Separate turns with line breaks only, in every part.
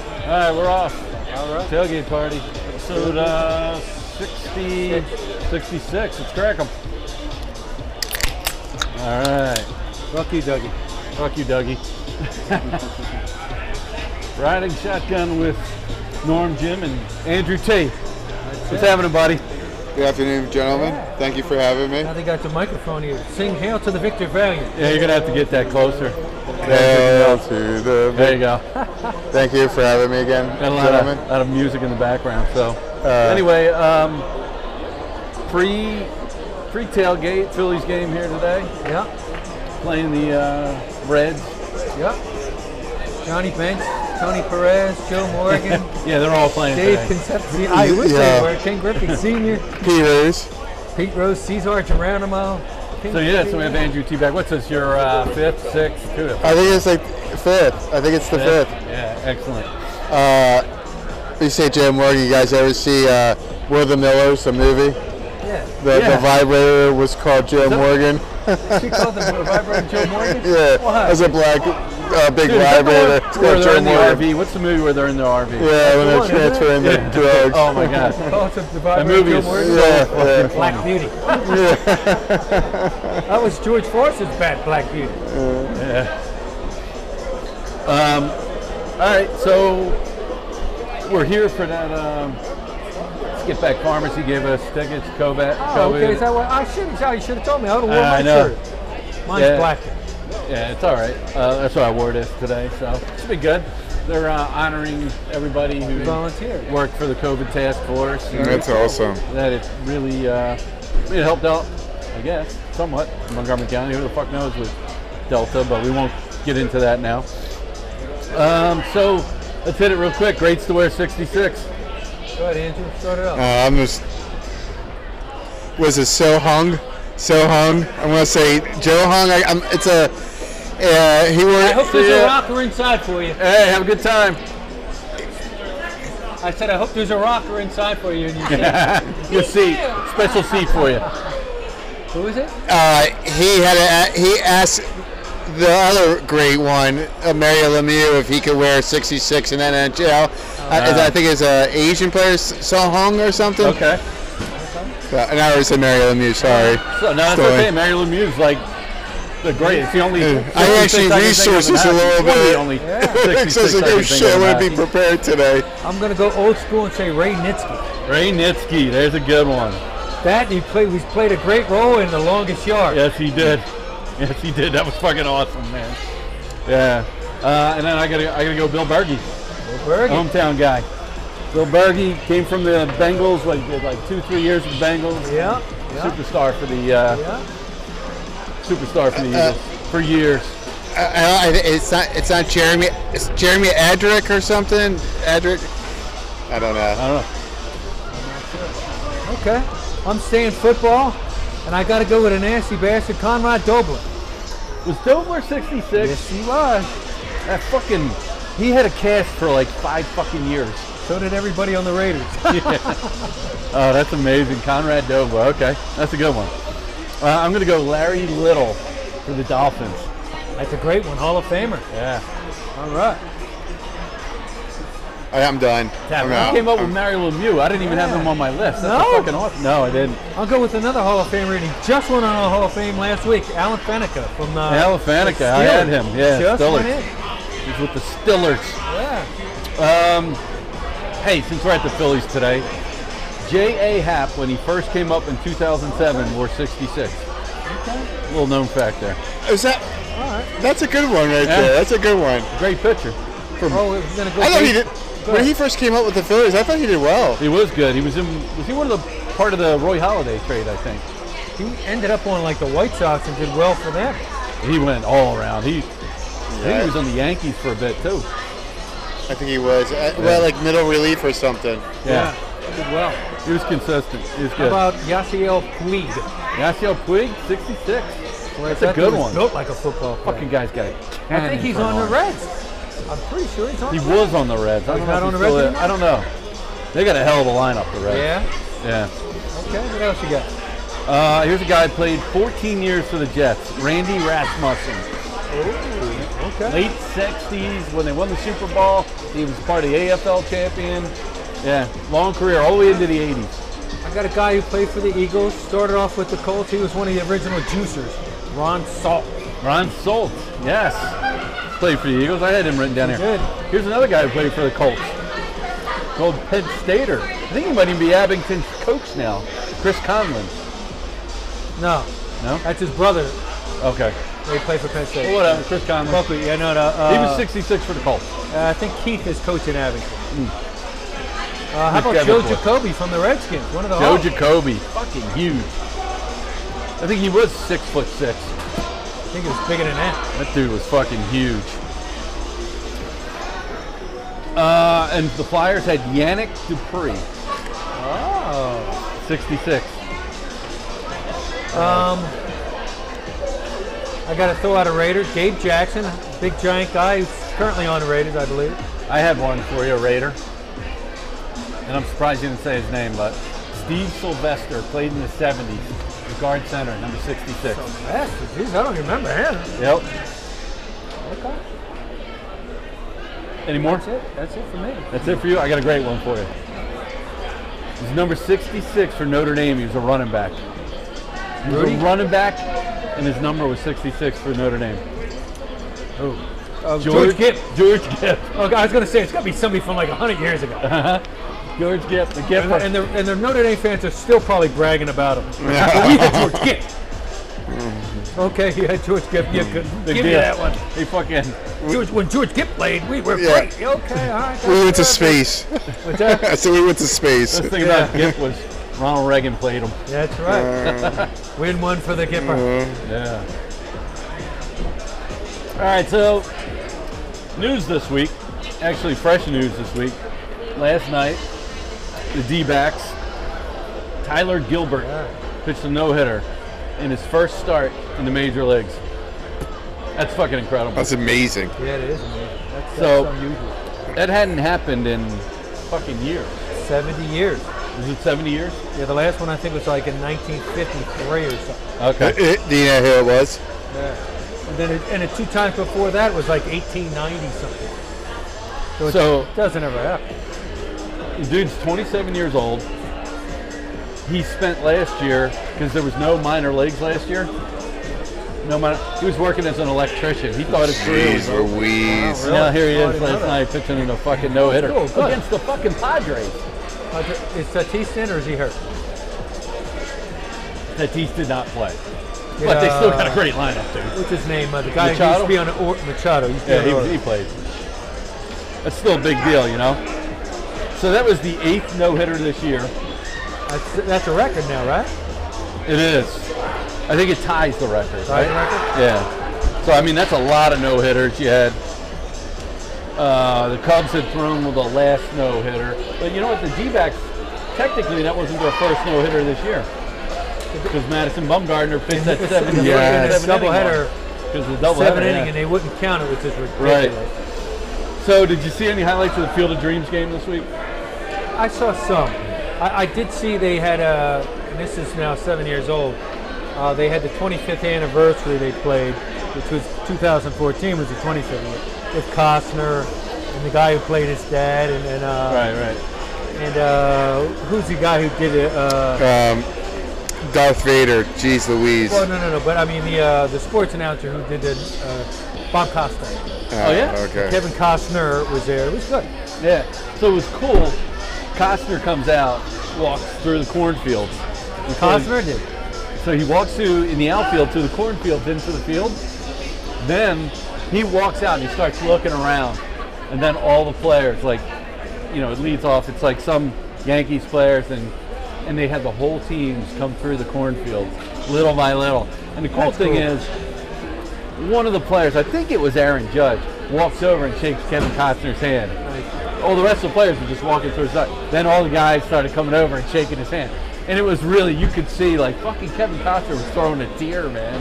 All right, we're off.
All right.
Tailgate party. Episode uh, 60, 66. Let's crack 'em. All right.
Fuck you, Dougie.
Fuck you, Dougie. Riding shotgun with Norm, Jim, and Andrew T. What's happening, buddy?
Good afternoon, gentlemen. Thank you for having me.
Now they got the microphone here. Sing Hail to the Victor Valiant.
Yeah, you're gonna have to get that closer.
Hail to the
There you go.
vi- Thank you for having me again,
Got a lot of,
gentlemen.
lot of music in the background. So
Uh,
anyway, um, pre pre tailgate Phillies game here today.
Yeah,
Playing the uh, Reds.
yeah. Johnny Bench, Tony Perez, Joe Morgan,
Yeah, they're all playing
Dave
today.
Concepcion. I would
Yeah.
say where Ken Griffey Sr.,
Peters.
Pete Rose, Cesar Geronimo. King
So yeah, so we have
Griffey.
Andrew T back. What's this? Your uh, fifth, sixth, who-
I think it's like fifth. I think it's the fifth.
Yeah, excellent.
Uh, you say Jim Morgan. You guys ever see uh, Will the Millers, the movie?
Yeah.
The,
Yeah.
the vibrator was called Jim Morgan.
She called the vibrator Joe Morgan?
yeah, it
Why?
was a black, uh, big
Dude, is that the
vibrator.
one
It's
where
called
they're
Jim
in the
Morgan.
RV. What's the movie where they're in the RV?
Yeah, when
one,
they're
isn't it?
transferring the
Yeah.
drugs.
Oh my god.
Called the
That
the vibrator
movie
Joe
is
Morgan?
Yeah,
so
yeah.
Black
fucking
Beauty. that was George Forster's bad Black Beauty.
Um, all right, so we're here for that. Um, Skip Back Pharmacy gave us tickets. COVID.
Oh, okay. Is
COVID.
that what I should have? You should have told me. I would have worn
Uh, I
my
know.
shirt. Mine's
Yeah.
black.
yeah, it's all right. Uh, that's why I wore this today, so it should be good. They're uh, honoring everybody who
Volunteer.
worked for the COVID task force. and
That's awesome.
that it really uh, it helped out, I guess, somewhat. Montgomery County, who the fuck knows with Delta, but we won't get into that now. Um, so let's hit it real quick. Rates to wear 66.
Go ahead, Andrew. Start it
Uh,
off.
I'm just. Was it So Hung? So Hung. I'm gonna say Joe Hung. I, I'm, it's a. Uh, he
I hope
wore.
there's
yeah.
a rocker inside for you.
Hey, have a good time.
I said, I hope there's a rocker inside for you. And you said,
Good seat, special seat for you.
who is it?
Uh, he had a. He asked the other great one, uh, Mario Lemieux, if he could wear 66 in NHL. I, I think it's an Asian player, So Hung or something.
Uh-huh. Okay.
Uh, and I already said Mario Lemieux. Sorry.
So no, that's
Sorry.
okay. Mary Lou Muse like the great. It's the only.
I
66 can
actually
think of
researched this a
now.
little
One of the
bit.
only
Yeah.
66
Says
I
I
can think of
gave shit.
now.
I wouldn't be prepared today.
I'm going to go old school and say Ray Nitsky.
Ray Nitsky. There's a good one.
That he played, he's played a great role in The Longest Yard.
Yes, he did. Yes, he did. That was fucking awesome, man. Yeah. Uh, and then I gotta, I gotta go. Bill Berge,
Bergen.
hometown guy. Bill Berge came from the Bengals, like did like two, three years with the Bengals.
yeah. Yeah.
Superstar for the, uh,
yeah.
superstar for the
Uh,
Eagles for years.
I, I, it's not. It's not Jeremy. It's Jeremy Adrick or something. Adrick. I don't know.
I don't know.
Okay. I'm staying football, and I got to go with a nasty bastard, Conrad Doblin.
Was Dover 66?
Yes, he was.
That fucking, he had a cast for like five fucking years.
So did everybody on the Raiders.
Oh, that's amazing. Conrad Dover. Okay, that's a good one. Uh, I'm gonna go Larry Little for the Dolphins.
That's a great one. Hall of Famer.
Yeah.
All right.
I, I'm done.
Yeah,
I'm
you
out.
came up with Mario Lemieux. I didn't even have him on my list. That's a
No?
fucking awesome. No, I didn't.
I'll go with another Hall of Famer, and he just went on a Hall of Fame last week. Alan Faneca from uh,
Alan Faneca, I had him. Yeah,
just
Steelers.
went in.
He's with the Stillers.
Yeah,
Um, hey, since we're at the Phillies today, J.A. Happ, when he first came up in 2007, wore 66. Little known fact there.
Is that? That's a good one right
Yeah.
there. That's a good one.
Great pitcher.
Oh, we're gonna go.
I thought he
base-
did. When he first came up with the Phillies, I thought he did well.
He was good. He was in. Was he one of the part of the Roy Holiday trade? I think
He ended up on like the White Sox and did well for them.
he went all around. He. I think
Yeah.
he was on the Yankees for a bit too.
I think he was. Uh, Well, like middle relief or something.
Yeah,
did well.
he was consistent. He was
How
good.
about Yasiel Puig?
Yasiel Puig, 66.
Boy,
That's a
that
good
dude was
one.
Built like a football player.
Fucking guy's got. a
I think
cannon
he's
for an
on the
arm.
Reds. I'm pretty sure he's on.
He
the
was on the Reds. I don't know.
He's not
if
on the
still
Reds
is.
anymore?
I don't know. They got a hell of a lineup, the Reds.
Reds. Yeah.
Yeah.
Okay. What else you got?
Uh, here's a guy who played 14 years for the Jets, Randy Rasmussen.
Oh, Okay.
late 60s when they won the Super Bowl. He was part of the AFL champion. Yeah, long career all the way into the 80s.
I got a guy who played for the Eagles, started off with the Colts. He was one of the original juicers, Ron Salt.
Ron Solt, yes. Played for the Eagles. I had him written down here.
did.
Here's another guy who played for the Colts. Called Penn Stater. I think he might even be Abington's coach now. Chris Conlon.
No,
No?
that's his brother.
Okay.
He played for Penn State.
Well, whatever. Chris Conlon.
Buckley, yeah, no, no. Uh,
he was 66 for the Colts.
Uh, I think Keith is coaching Abington.
Hmm.
Uh, how
He's
about
got
Joe
the boy.
Jacoby from the Redskins? One of the
Joe
Hawks.
Jacoby, fucking huge. I think he was six foot six.
I think it was bigger than that.
That dude was fucking huge. Uh, and the Flyers had Yannick Dupree,
Oh.
66.
Um, I got to throw out a Raiders. Gabe Jackson, big giant guy, who's currently on the Raiders, I believe.
I have one for you, Raider. And I'm surprised you didn't say his name, but Steve Sylvester played in the 70s, the guard center, number 66.
Yes, Oh, geez, I don't remember him.
Yep.
Okay.
Any more?
That's it. That's it for me.
That's it for you. I got a great one for you. He's number 66 for Notre Dame. He was a running back. He was
Rudy?
a running back, and his number was 66 for Notre Dame. Oh,
Uh,
George,
George Gibb.
George Gibb.
Oh, I was going to say, it's got to be somebody from like 100 years ago.
George Gibb, the Gibb.
And, the- and, the, and the Notre Dame fans are still probably bragging about him. we had George Gibb. Okay, yeah, George Gibb.
Mm-hmm.
Yeah, good.
Big
Give me
deal.
that one.
He fucking.
George, when George Gibb played, we were
Yeah.
great. Okay, all right.
We went to
that's good.
space.
What's that?
so we went to space.
The thing about Gibb was Ronald Reagan played him.
That's right. Win one for the Gipper.
Yeah. All right, so news this week, actually fresh news this week. Last night, the D-backs, Tyler Gilbert
Yeah.
pitched a no-hitter in his first start in the major leagues. That's fucking incredible.
That's amazing.
Yeah, it is. Man. That's,
So-
that's unusual.
That hadn't happened in fucking years.
70 years.
Is it 70 years?
Yeah, the last one I think was like in 1953 or something.
Uh,
Okay.
it- do you know who it was?
Yeah. And then it, and the two times before that was like 1890 something. So,
So-
it doesn't ever happen.
The dude's 27 years old. He spent last year because there was no minor leagues last year. No minor. He was working as an electrician. He thought his career was
Jeez
over.
Louise.
Wow,
Now here he
Really?
is
Oh, I didn't
last
know
night pitching in a fucking no hitter
Cool, good.
against the fucking Padres.
Uh, is Tatis in or is he hurt?
Tatis did not play, but they still got a great lineup, dude.
What's his name? Uh, the guy who used
Machado?
to be on the or- Machado. He used to
Yeah,
be on
he,
the
he played. That's still a big deal, you know. So that was the eighth no hitter this year.
Orioles. that's, that's a record now, right?
It is. I think it ties the record,
Ties
right?
the record?
Yeah. So I mean, that's a lot of no hitters you had. Uh, the Cubs had thrown with the last no hitter, but you know what? The D-backs, technically, that wasn't their first no hitter this year because Madison Bumgarner pitched that seven
They were
Yes.
in a doubleheader,
because the double
seven
header,
inning,
yeah.
and they wouldn't count it, which is
Right.
ridiculous.
So did you see any highlights of the Field of Dreams game this week?
I saw some. I, I did see they had a. And this is now seven years old. Uh, they had the 25th anniversary they played, which was 2014 was the 25th year, with Costner and the guy who played his dad and and, uh,
Right, right.
and uh, who's the guy who did it? Uh,
Um, Darth Vader. Jeez Louise.
Oh,
well, no, no, no. But I mean the uh, the sports announcer who did the uh, Bob Costner.
Uh,
yeah?
Okay.
Kevin Costner was there. It was good.
Yeah. So it was cool. Costner comes out, walks through the cornfields. And
Costner did.
So he walks through in the outfield to the cornfield, into the field. Then he walks out and he starts looking around. And then all the players, like, you know, it leads off. It's like some Yankees players, and and they had the whole teams come through the cornfield, little by little. And the cool
That's
thing
cool.
is, one of the players, I think it was Aaron Judge, walks over and shakes Kevin Costner's hand. All the rest of the players were just walking through his side. Then all the guys started coming over and shaking his hand. And it was really, you could see, like, fucking Kevin Costner was throwing a tear, man.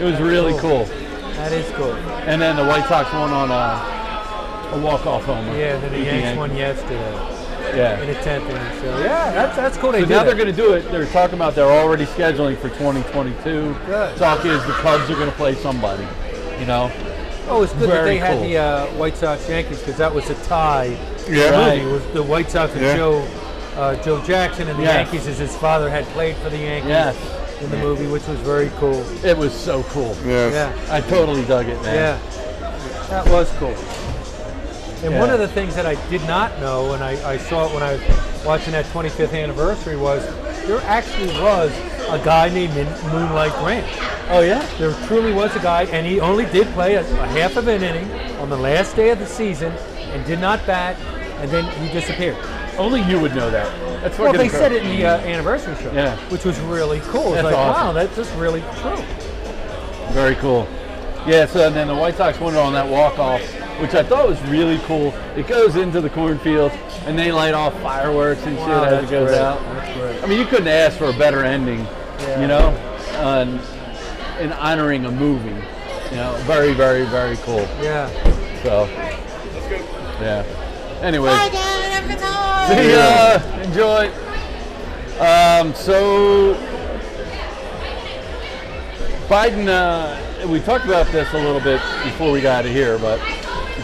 It was really
cool.
cool.
That is cool.
And then the White Sox won on a, a walk-off homer.
Yeah, and then the
Beat
Yanks won yesterday.
Yeah.
in a tenth inning. So yeah, that's that's cool. They
So
did
now they're
it.
going to do it. They're talking about they're already scheduling for 2022.
Good.
Talk is the Cubs are going to play somebody, you know.
Oh, it's good that
Very
they had
cool.
the uh, White Sox Yankees because that was a tie.
Yeah.
Really, it was the White Sox and
Yeah.
Joe uh, Joe Jackson and the
Yes.
Yankees as his father had played for the Yankees
Yes.
in the movie, which was very cool.
It was so cool.
Yes.
Yeah.
I totally dug it, man.
Yeah, that was cool. And one
Yeah.
of the things that I did not know, and I, I saw it when I was watching that 25th anniversary, was there actually was a guy named Min- Moonlight Grant.
Oh yeah.
There truly was a guy, and he only did play a, a half of an inning on the last day of the season and did not bat, and then he disappeared.
Only you would know that. That's
Well,
fucking
they said
incredible.
it in the uh, anniversary show,
Yeah.
which was really cool. It's
That's
like,
awesome.
wow, that's just really true.
Very cool. Yeah, so and then the White Sox won it on that walk-off, which I thought was really cool. It goes into the cornfield, and they light off fireworks and
Wow,
shit as
that's
it goes
great.
out.
That's great.
I mean, you couldn't ask for a better ending,
Yeah.
you know, on, in honoring a movie. You know, very, very, very cool.
Yeah.
So, yeah. Anyway,
Bye, Dad. Have a good time.
see ya. uh, Enjoy. Um, so, Biden, uh, we talked about this a little bit before we got here, but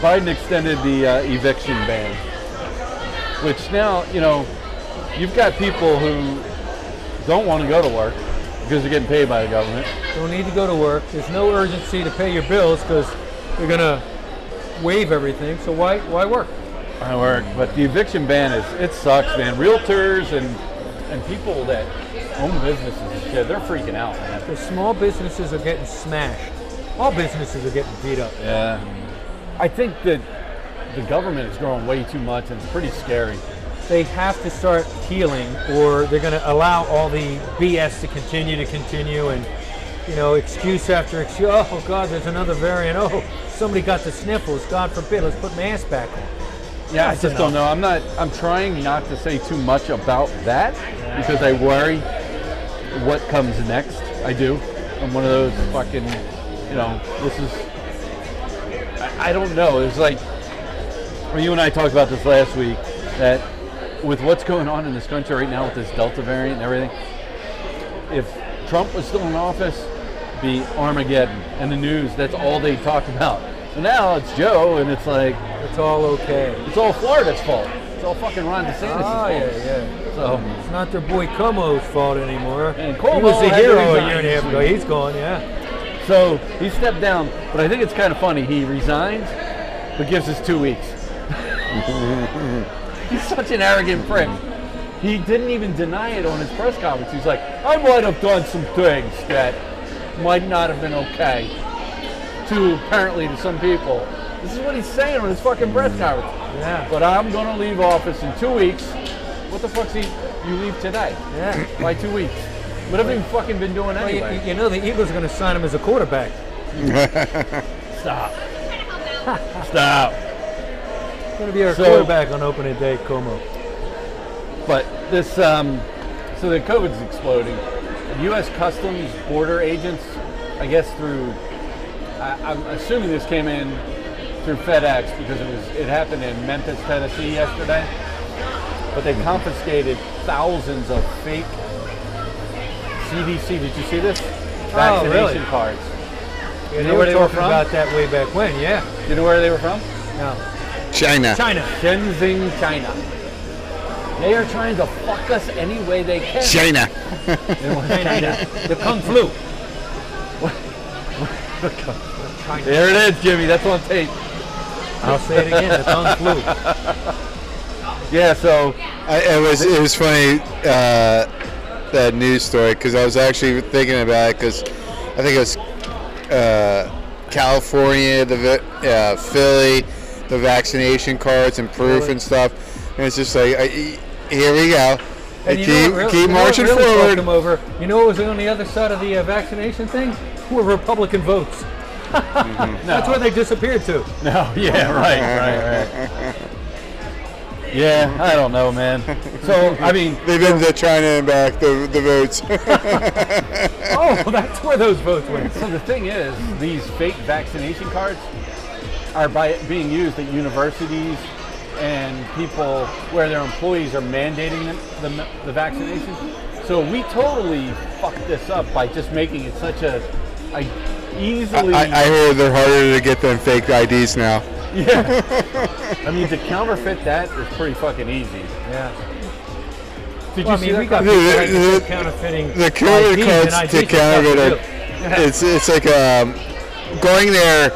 Biden extended the uh, eviction ban, which now, you know, you've got people who don't want to go to work because they're getting paid by the government.
Don't need to go to work. There's no urgency to pay your bills because you're gonna waive everything. So why why work?
I work, but the eviction ban is it sucks, man. Realtors and and people that own businesses and shit, they're freaking out, man.
The small businesses are getting smashed. All businesses are getting beat up.
Yeah. I think that the government is growing way too much, and it's pretty scary.
they have to start healing or they're going to allow all the BS to continue to continue and, you know, excuse after excuse. Oh, God, there's another variant. Oh, somebody got the sniffles. God forbid, let's put masks back on.
Yeah, I
That's
just
enough.
don't know. I'm not. I'm trying not to say too much about that because I worry what comes next. I do. I'm one of those fucking. You know, this is. I, I don't know. It's like well, you and I talked about this last week that with what's going on in this country right now with this Delta variant and everything, if Trump was still in office, be Armageddon and the news. That's all they talk about. And now it's Joe, and it's like.
It's all okay.
It's all Florida's fault. It's all fucking Ron DeSantis'
Oh,
fault.
yeah, yeah.
So
It's not their boy Como's fault anymore.
And Cuomo
he was the
had to
hero a
resign
year and a
this
half ago.
week.
He's gone, yeah.
so he stepped down, but I think it's kind of funny. He resigns, but gives us two weeks. He's such an arrogant prick. He didn't even deny it on his press conference. He's like, I might have done some things that might not have been okay to apparently to some people. This is what he's saying on his fucking press conference.
Yeah.
But I'm gonna leave office in two weeks. What the fuck's he? You leave today?
Yeah.
by two weeks. What have you fucking been doing
Well, you,
anyway?
you know, the Eagles are going to sign him as a quarterback.
Stop. Stop.
He's going to be our
So-
quarterback on opening day, Como.
But this, um, so the COVID's exploding. U.S. Customs border agents, I guess through, I, I'm assuming this came in through FedEx because it was it happened in Memphis, Tennessee yesterday. But they confiscated thousands of fake CDC. Did you see this? Vaccination
Oh, really?
cards.
Yeah,
know
they were
where they were
talking
from?
about that way back when, yeah.
Do you know where they were from?
No.
China.
China.
Shenzhen, China. They are trying to fuck us any way they can.
China.
China. the Kung Flu. China.
There it is, Jimmy. That's on tape.
I'll say it again. The Kung Flu.
Yeah. So
I, it was it was funny uh, that news story because I was actually thinking about it because I think it was uh, California, the vi- uh, Philly, the vaccination cards and proof and stuff, and it's just like I, e- here we go.
And
keep
you know what really- you
keep
know what
marching
really fucked
forward.
them over. You know what was on the other side of the uh, vaccination thing? Were Republican votes. That's where they disappeared to.
no. Yeah. Right. Right. Right. Yeah. I don't know, man. So I mean,
They've been to China and back the the votes.
Oh, that's where those votes went.
so the thing is, these fake vaccination cards are by being used at universities and people where their employees are mandating them, the, the vaccination. So we totally fucked this up by just making it such a, a easily.
I, I hear they're harder to get than fake IDs now.
yeah. I mean, to counterfeit that is pretty fucking easy.
Yeah.
Did
Well, I
you see
mean, we
that
got
guy?
people that
The-
do
the-
counterfeiting
The QR
IDs and
codes
IDs
to
and stuff,
counterfeit
too.
it. It's it's like um, going there,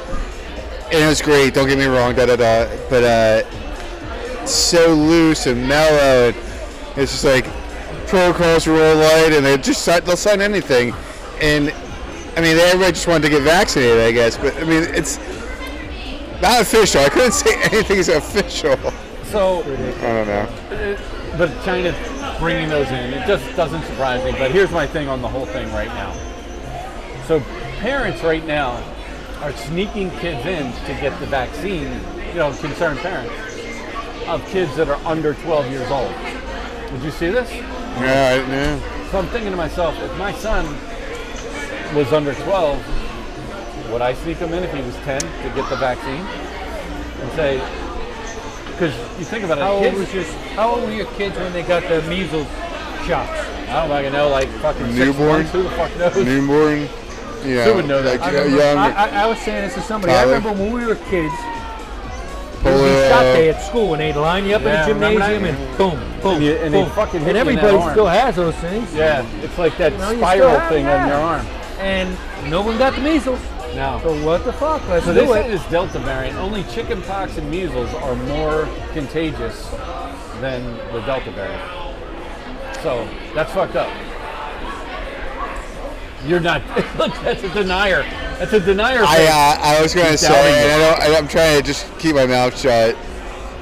and it was great. Don't get me wrong, da da da. But uh, so loose and mellow. And it's just like protocols are all light, and they just sign, they'll sign anything. And I mean, everybody just wanted to get vaccinated, I guess. But I mean, it's not official. I couldn't say anything's official.
So,
I don't know.
but China's bringing those in. It just doesn't surprise me. But here's my thing on the whole thing right now. So parents right now are sneaking kids in to get the vaccine. You know, concerned parents of kids that are under 12 years old. Did you see this?
Yeah, I don't know.
So I'm thinking to myself, if my son was under 12, would I sneak him in if he was 10 to get the vaccine and say? Because you think about it,
How old
kids-
was your How old were your kids when they got the measles shots?
I don't fucking know, like fucking six
Newborn?
months, Who the fuck knows?
newborn. You know,
Who would know that?
Like,
I,
uh,
remember,
young
I, I, I was saying this to somebody. I
Tyler.
remember when we were kids, it was
polio.
shot day at school, and they'd line you up
Yeah,
in the
remember that?
gymnasium and boom, boom,
And you- and they
boom.
fucking hit
and
you in that
everybody
arm.
still has those things.
Yeah, it's like that
No, you
spiral
still-
thing
yeah.
on your arm.
And no one got the measles.
No.
So what the fuck? Let's
So
do
they
it.
say this Delta variant, only chickenpox and measles are more contagious than the Delta variant. So that's fucked up. You're not. Look, that's a denier. That's a denier.
I,
thing.
uh, I was going to
He's
say,
doubting
and I don't, and I'm trying to just keep my mouth shut.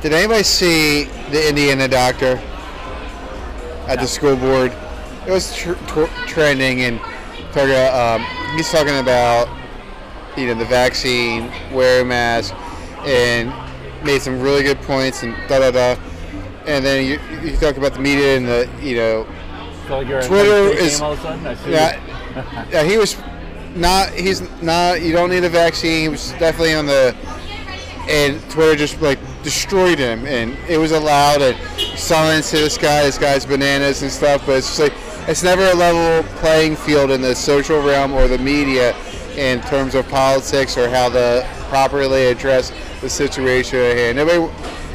Did anybody see the Indiana doctor at the school board? It was tr- tw- trending, and talking, um, he's talking about you know the vaccine, wear a mask, and made some really good points, and da da da. And then you, you talk about the media and the you know
so you're a
uh, Twitter
Knicks
is-
Game all of a sudden? I see.
yeah, yeah, he was not. He's not. You don't need a vaccine. He was definitely on the. And Twitter just like destroyed him, and it was allowed and silence to this guy. This guy's bananas and stuff. But it's just like it's never a level playing field in the social realm or the media in terms of politics or how to properly address the situation at hand. Nobody.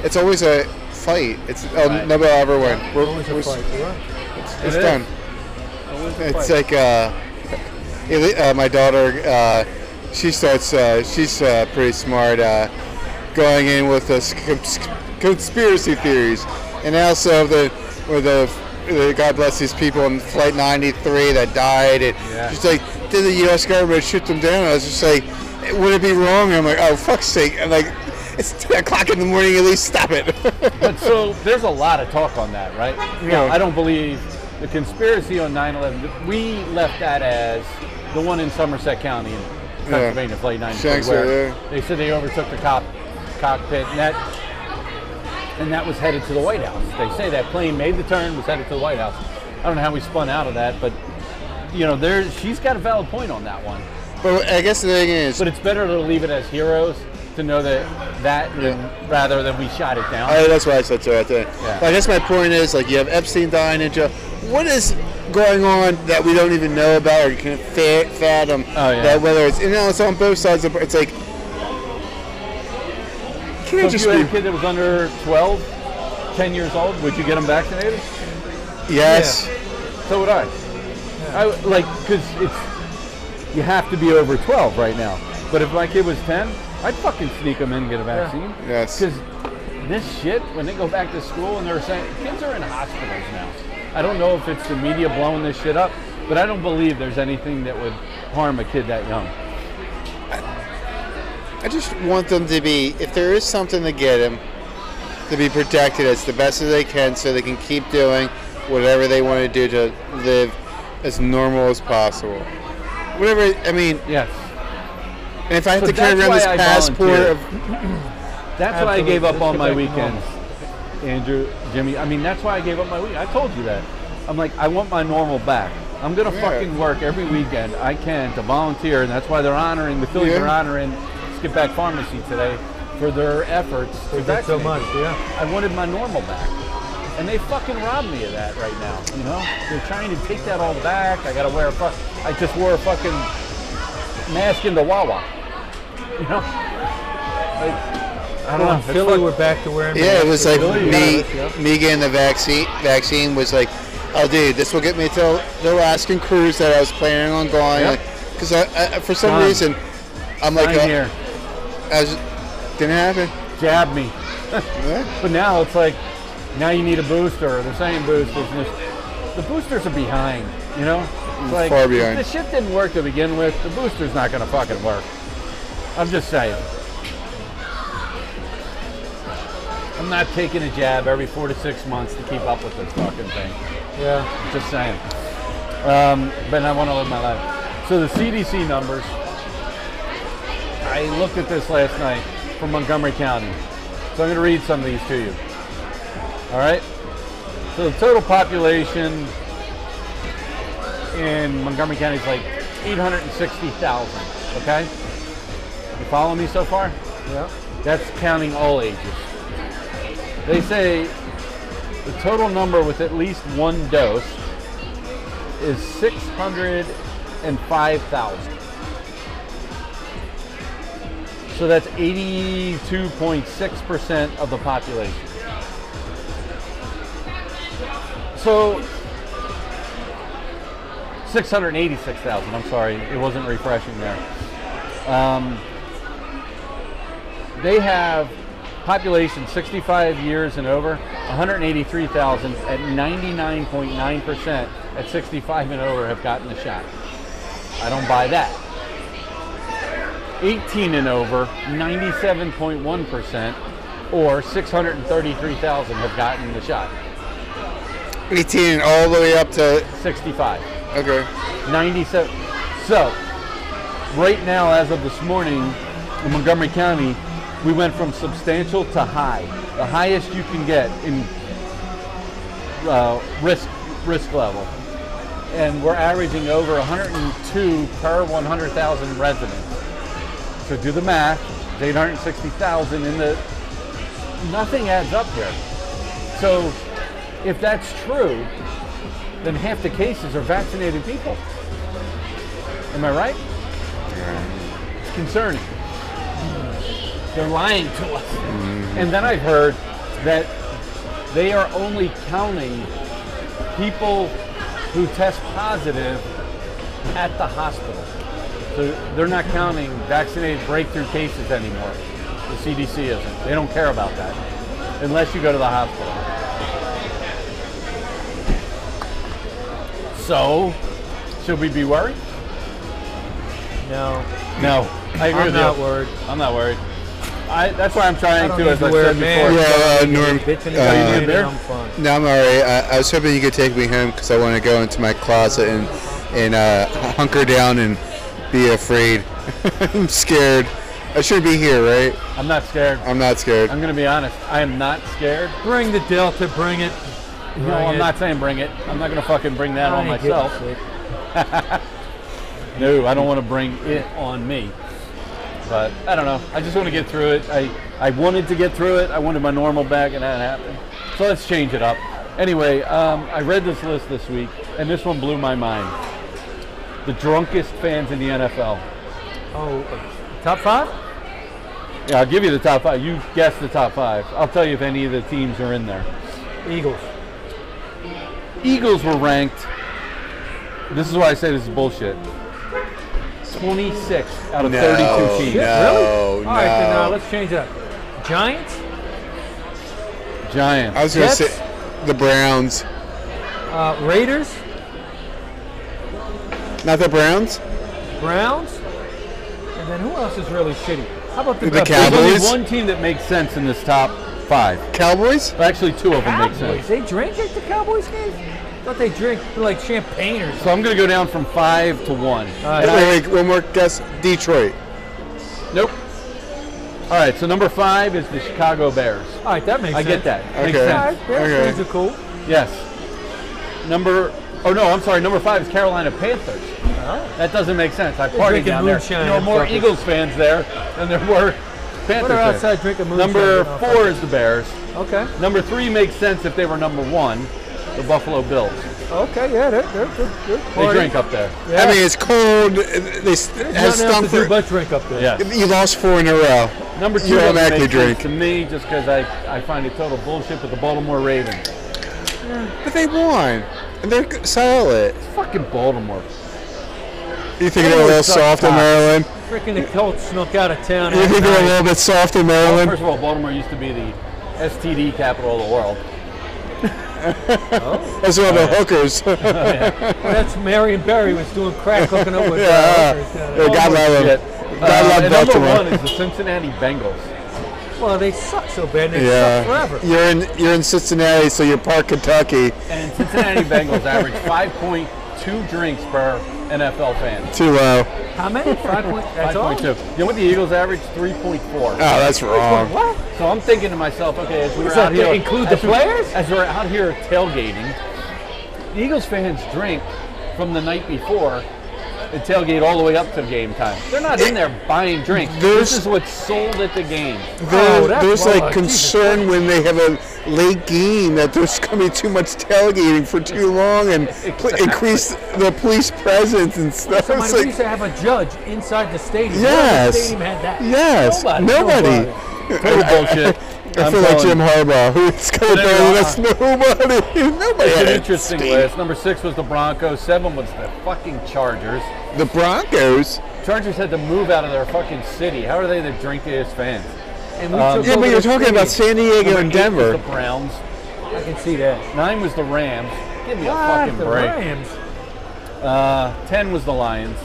It's always a fight. It's uh,
Right.
nobody will ever win. We're,
Always a
we're-
fight, yeah.
it's
It is.
done.
Always a
It's
fight.
like uh, it- uh, my daughter. Uh, she starts. Uh, she's uh, pretty smart. Uh, going in with us cons- conspiracy theories, and also the with the, the God bless these people in Flight 93 that died. And
Yeah.
she's like, did the U.S. government shoot them down? I was just like, would it be wrong? I'm like, oh fuck's sake! I'm like, it's 10 o'clock in the morning. At least stop it.
But so there's a lot of talk on that, right?
Yeah.
I don't believe the conspiracy on 9/11. We left that as the one in Somerset County in Pennsylvania, flight 93,
Shanks are
where
there.
they said they overtook the cop cockpit, and that and that was headed to the White House. They say that plane made the turn, was headed to the White House. I don't know how we spun out of that, but you know, there she's got a valid point on that one.
but I guess the thing is,
But it's better to leave it as heroes to know that that than- rather than we shot it down.
I, Oh, that's why I said so at the end.
Yeah.
But I guess my point is, like, you have Epstein dying in jail. What is going on that we don't even know about or can fa- fathom?
Oh, yeah.
That whether it's, you know, it's on both sides of it's like, can
So
it
if
just
you had a
be?
kid that was under 12, 10 years old, would you get them vaccinated?
Yes.
So would I. I would- like because it's you have to be over 12 right now. But if my kid was 10, I'd fucking sneak them in and get a vaccine.
Yes.
Because this shit, when they go back to school and they're saying kids are in hospitals now. I don't know if it's the media blowing this shit up, but I don't believe there's anything that would harm a kid that young.
I just want them to be, if there is something to get them, to be protected as the best as they can so they can keep doing whatever they want to do to live as normal as possible. Whatever, I mean,
Yes.
and if I have
So
to carry
that's
around this
why I
passport
volunteer.
of
That's why I gave up
Absolutely.
on my
Just go back
weekends, Andrew, Jimmy. I mean, that's why I gave up my week. I told you that. I'm like, I want my normal back. I'm gonna
Yeah.
fucking work every weekend I can to volunteer, and that's why they're honoring the Phillies
Yeah.
are honoring Skip Back Pharmacy today for their efforts. to
We did so
vaccinate
much,
people.
yeah.
I wanted my normal back. And they fucking robbed me of that right now, you know? They're trying to take that all back. I gotta wear a fuck. I just wore a fucking mask into Wawa. You know? Like, I don't know. It's
Philly,
like-
we're back to wearing.
Yeah, it was like
Really?
me,
Yeah.
me getting the vaccine. Vaccine was like, oh, dude, this will get me to the Alaskan cruise that I was planning on going.
Yep.
Because I, I, for some
Done.
reason, I'm like,
Same
uh,
here.
I was, didn't happen.
Jab me.
Yeah.
But now it's like, now you need a booster. They're saying boosters. And it's- the boosters are behind, you know? It's like,
Mm, Far
if
behind.
The shit didn't work to begin with. The booster's not going to fucking work. I'm just saying. I'm not taking a jab every four to six months to keep up with this fucking thing.
Yeah.
Just saying. Um, but I want to live my life. So the CDC numbers. I looked at this last night from Montgomery County. So I'm going to read some of these to you. All right. So the total population in Montgomery County is like 860,000. Okay. You follow me so far?
Yeah.
That's counting all ages. They say the total number with at least one dose is 605,000. So that's 82.6% of the population. So 686,000, I'm sorry, it wasn't refreshing there. Um, they have population 65 years and over 183,000 at 99.9% at 65 and over have gotten the shot. I don't buy that. 18 and over 97.1% or 633,000 have gotten the shot.
18 all the way up to
65.
okay.
97. So, right now, as of this morning, in Montgomery County, we went from substantial to high. The highest you can get in uh, risk risk level, and we're averaging over 102 per 100,000 residents. So do the math. It's 860,000 in the nothing adds up here. So if that's true, then half the cases are vaccinated people. Am I right? It's concerning. They're lying to us. And then I've heard that they are only counting people who test positive at the hospital. So they're not counting vaccinated breakthrough cases anymore. The CDC isn't. They don't care about that unless you go to the hospital. So, should we be worried?
No.
No, I agree
I'm
with
not
you.
worried.
I'm not worried. I, that's why I'm trying
I
to,
don't
as
need
I
to wear
said
a mask.
before.
Yeah, uh, Norm.
Bitch in the
uh,
you
uh,
in there?
I'm fine.
No, I'm alright. I, I was hoping you could take me home because I want to go into my closet and and uh, hunker down and be afraid. I'm scared. I should be here, right?
I'm not scared.
I'm not scared.
I'm going to be honest. I am not scared.
Bring the Delta. Bring it.
no,
Bring
I'm
it.
not saying bring it. I'm not going to fucking bring that
I
on
ain't giving a
myself.
shit.
No, I don't want to bring it on me. But I don't know. I just want to get through it. I, I wanted to get through it. I wanted my normal back, and that happened. So let's change it up. Anyway, um, I read this list this week, and this one blew my mind. The drunkest fans in the NFL.
Oh, uh, top five?
Yeah, I'll give you the top five. You guess the top five. I'll tell you if any of the teams are in there.
Eagles.
Eagles were ranked. This is why I say this is bullshit. 26 out of 32 teams.
No,
really? All right, then uh,
no.
let's change that. Giants.
Giants.
I was gonna
Jets?
say the Browns.
Uh, Raiders.
Not the Browns.
Browns. And then who else is really shitty? How about the,
The
Cowboys?
There's only
Cowboys?
one team that makes sense in this top five.
Cowboys.
Well, actually, two of them make
Cowboys.
sense.
They drink at the Cowboys games? Thought they drink like champagne or something.
So I'm going to go down from five to one.
Wait,
Uh,
And I-
wait, one more guess. Detroit.
nope. All right, so number five is the Chicago Bears.
All right, that makes
I get
sense.
that. Makes
Okay.
All
sense.
right, Bears
Okay.
fans are cool.
Yes. Number, oh no, I'm sorry, number five is Carolina Panthers.
Oh.
That doesn't make sense. I
They're
partied
drinking
down there.
moonshine
There were
and
more
fuckers.
Eagles fans there than there were Panthers
What are
fans.
outside drinking moonshine?
Number
and all
four is the Bears.
that? Okay.
Number three makes sense if they were number one, the Buffalo Bills.
All Okay, yeah, they're, they're, they're, they're
They
party.
drink up there.
Yeah.
I mean, it's cold. They s- have
There's nothing
stunk
else to do
for.
but drink up there.
Yeah.
You lost four in a row.
Number two
You
doesn't
automatically
make sense
drink.
to me just because I, I find it total bullshit with the Baltimore Ravens.
But they won. And they're g- solid.
Fucking Baltimore.
You think they're a little
suck
soft in
cock.
Maryland?
Freaking the Colts snuck out of town.
You
at
think they're a
night.
little bit soft in
First
Maryland?
of all, Baltimore used to be the STD capital of the world.
That's one of the hookers.
That's Marion Barry was doing crack hooking up with uh,
Yeah.
hookers, yeah.
Yeah, God love
Shit.
them. God
Uh,
love
and number one
Baltimore.
is the Cincinnati Bengals.
Well, they suck so bad. They suck
Yeah.
forever.
You're in you're in Cincinnati, so you're part Kentucky.
And Cincinnati Bengals average 5.2 drinks per NFL fan.
Too low.
How many? Five point. That's all.
5.2. You know what the Eagles average? 3.4.
Oh, that's wrong.
What?
So I'm thinking to myself, okay, as we're
So
out
they
here,
include
as
the
we-
players?
as we're out here tailgating, the Eagles fans drink from the night before the tailgate all the way up to game time. They're not in there buying drinks.
There's-
This is what's sold at the game.
There-
Oh, that's
there's
wrong.
like
Jesus
concern when they have a late game that there's going to be too much tailgating for too long and pl- increase the police presence and stuff.
Somebody
It's
we
like-
used to have a judge inside the stadium.
Yes.
The stadium had that.
Yes.
Nobody.
Nobody.
Total bullshit.
I
I'm
feel like
calling-
Jim Harbaugh, who's going
But
to do
anyway,
this? Nobody. Nobody.
It's
had
an
a
interesting
stake.
list. Number six was the Broncos. Seven was the fucking Chargers.
The Broncos.
Chargers had to move out of their fucking city. How are they the drinkiest fans?
And we
Um,
took
Yeah,
over
but you're
the
talking about
stadium.
San Diego
Number
and
eight was
Denver.
The Browns.
I can see that.
Nine was the Rams. Give me
Ah,
a fucking
the
break.
Rams.
Uh, Ten was the Lions.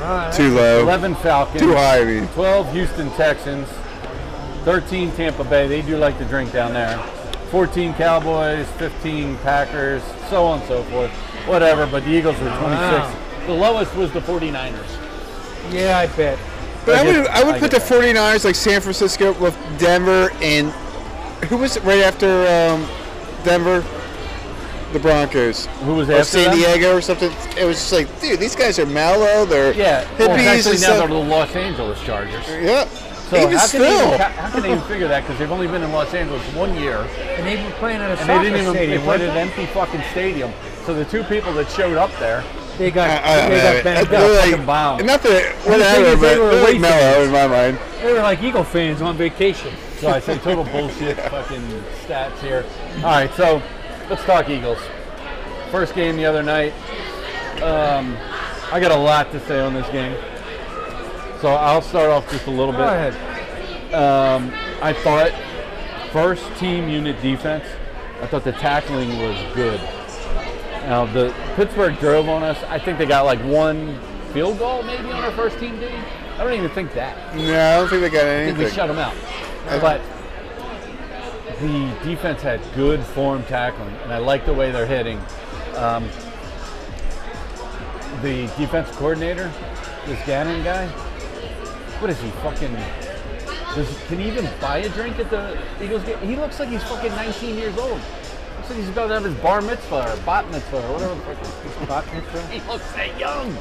Alright.
Too low.
Eleven Falcons.
Too high, I mean.
Twelve Houston Texans. Thirteen Tampa Bay. They do like to drink down there. Fourteen Cowboys. Fifteen Packers. So on and so forth. Whatever. But the Eagles were 26.
Wow.
The lowest was the 49ers.
Yeah, I bet.
But I
I
would,
get-
I would
I
put the
get
49ers like San Francisco with Denver and who was it right after um, Denver? The Broncos.
Who was
Or
after
San
them?
Diego or something. It was just like, dude, these guys are mellow. They're
Yeah.
hippies
Well, actually
and
now they're
stuff.
the Los Angeles Chargers.
Yeah.
So
even
how, Can they
still,
even, ca- how can they even figure that? Because they've only been in Los Angeles one year,
And they were playing at a
and
soccer
they didn't even
stadium.
they played
weren't
an empty fucking stadium. So the two people that showed up there,
They got,
I, I don't
they
know.
got banged
I
up.
feel like-
fucking bomb.
Not that
thing
whatever,
is
but
they were
they're
away
like mellow in my mind.
They were like Eagle fans on vacation.
so I say total bullshit fucking stats here. All right, so let's talk Eagles. First game the other night. Um, I got a lot to say on this game, so I'll start off just a little bit.
Go ahead.
Um, I thought first team unit defense. I thought the tackling was good. Now the Pittsburgh drove on us. I think they got like one field goal maybe on our first team. Did I don't even think that.
No, I don't think they got
I think we
anything.
shut them out. But the defense had good form tackling, and I like the way they're hitting. Um, the defense coordinator, this Gannon guy, what is he fucking? Does, can he even buy a drink at the Eagles game? He looks like he's fucking 19 years old. Looks like he's about to have his bar mitzvah or bat mitzvah or whatever. the fuck- He looks that young.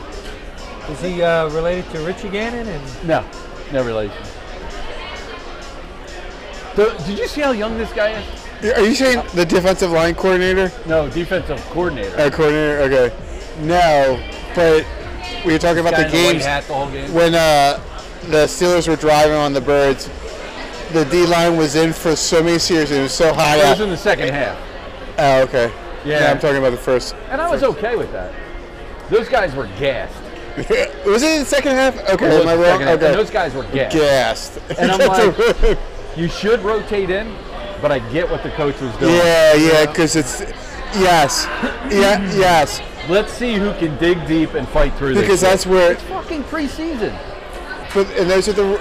Is he uh, related to Richie Gannon? And
No, no relation. So, did you see how young this guy is?
Are you saying the defensive line coordinator?
No, defensive coordinator.
Uh, coordinator? Okay. No, but we were talking about
Guy
the
in white
games.
hat the whole game.
when uh, the Steelers were driving on the Birds, the D line was in for so many series and it was so high
It was
up.
in the second half,
Oh, okay.
Yeah.
I'm talking about the first.
and I was okay with that. Those guys were gassed.
was it in the second half? Okay,
It was
am I
the
wrong?
second half, and
Okay.
those guys were gassed.
Gassed.
And I'm
That's
like-
a-
You should rotate in, but I get what the coach was doing.
yeah, yeah, because it's yes, yeah, yes,
Let's see who can dig deep and fight through this.
because
shit.
that's where.
it's fucking preseason.
But, and those are the.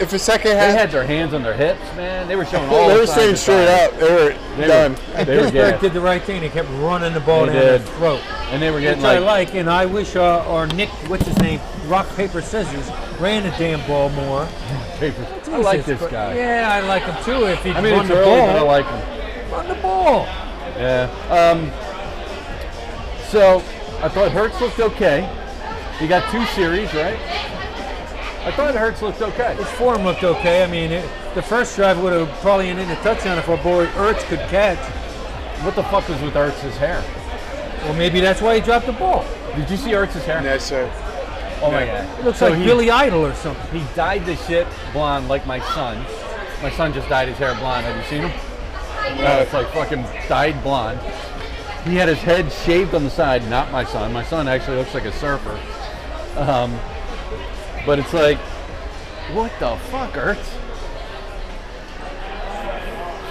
If the second
They
half,
had their hands on their hips, man. They were showing all.
they were
signs
staying
of
straight
signs.
up. They were
They
done.
were, they were
Pittsburgh
gassed,
did the right thing. They kept running the ball
They
down their
did.
throat.
and they were
Which
getting
I
like,
like, and I wish uh, our Nick, what's his name, Rock, Paper, Scissors, ran the damn ball more.
papers. I like
Jesus
this
Christ.
guy.
Yeah, I like him too. If he
I mean,
run
it's
the
early, but I
ball,
like him.
run the ball.
Yeah. Um, so I thought Hertz looked okay. You got two series, right? I thought Hertz looked okay.
His form looked okay. I mean, it, the first drive would have probably ended in a touchdown if our boy Ertz could catch.
What the fuck was with Hertz's hair?
Well, maybe that's why he dropped the ball.
Did you see Arch's hair?
No, sir.
Oh my
no.
god.
It looks
So
like
he,
Billy Idol or something.
He dyed the shit blonde like my son. My son just dyed his hair blonde. Have you seen him? Uh, it's like fucking dyed blonde. He had his head shaved on the side, not my son. My son actually looks like a surfer. Um, but it's like, what the fuck, Ertz?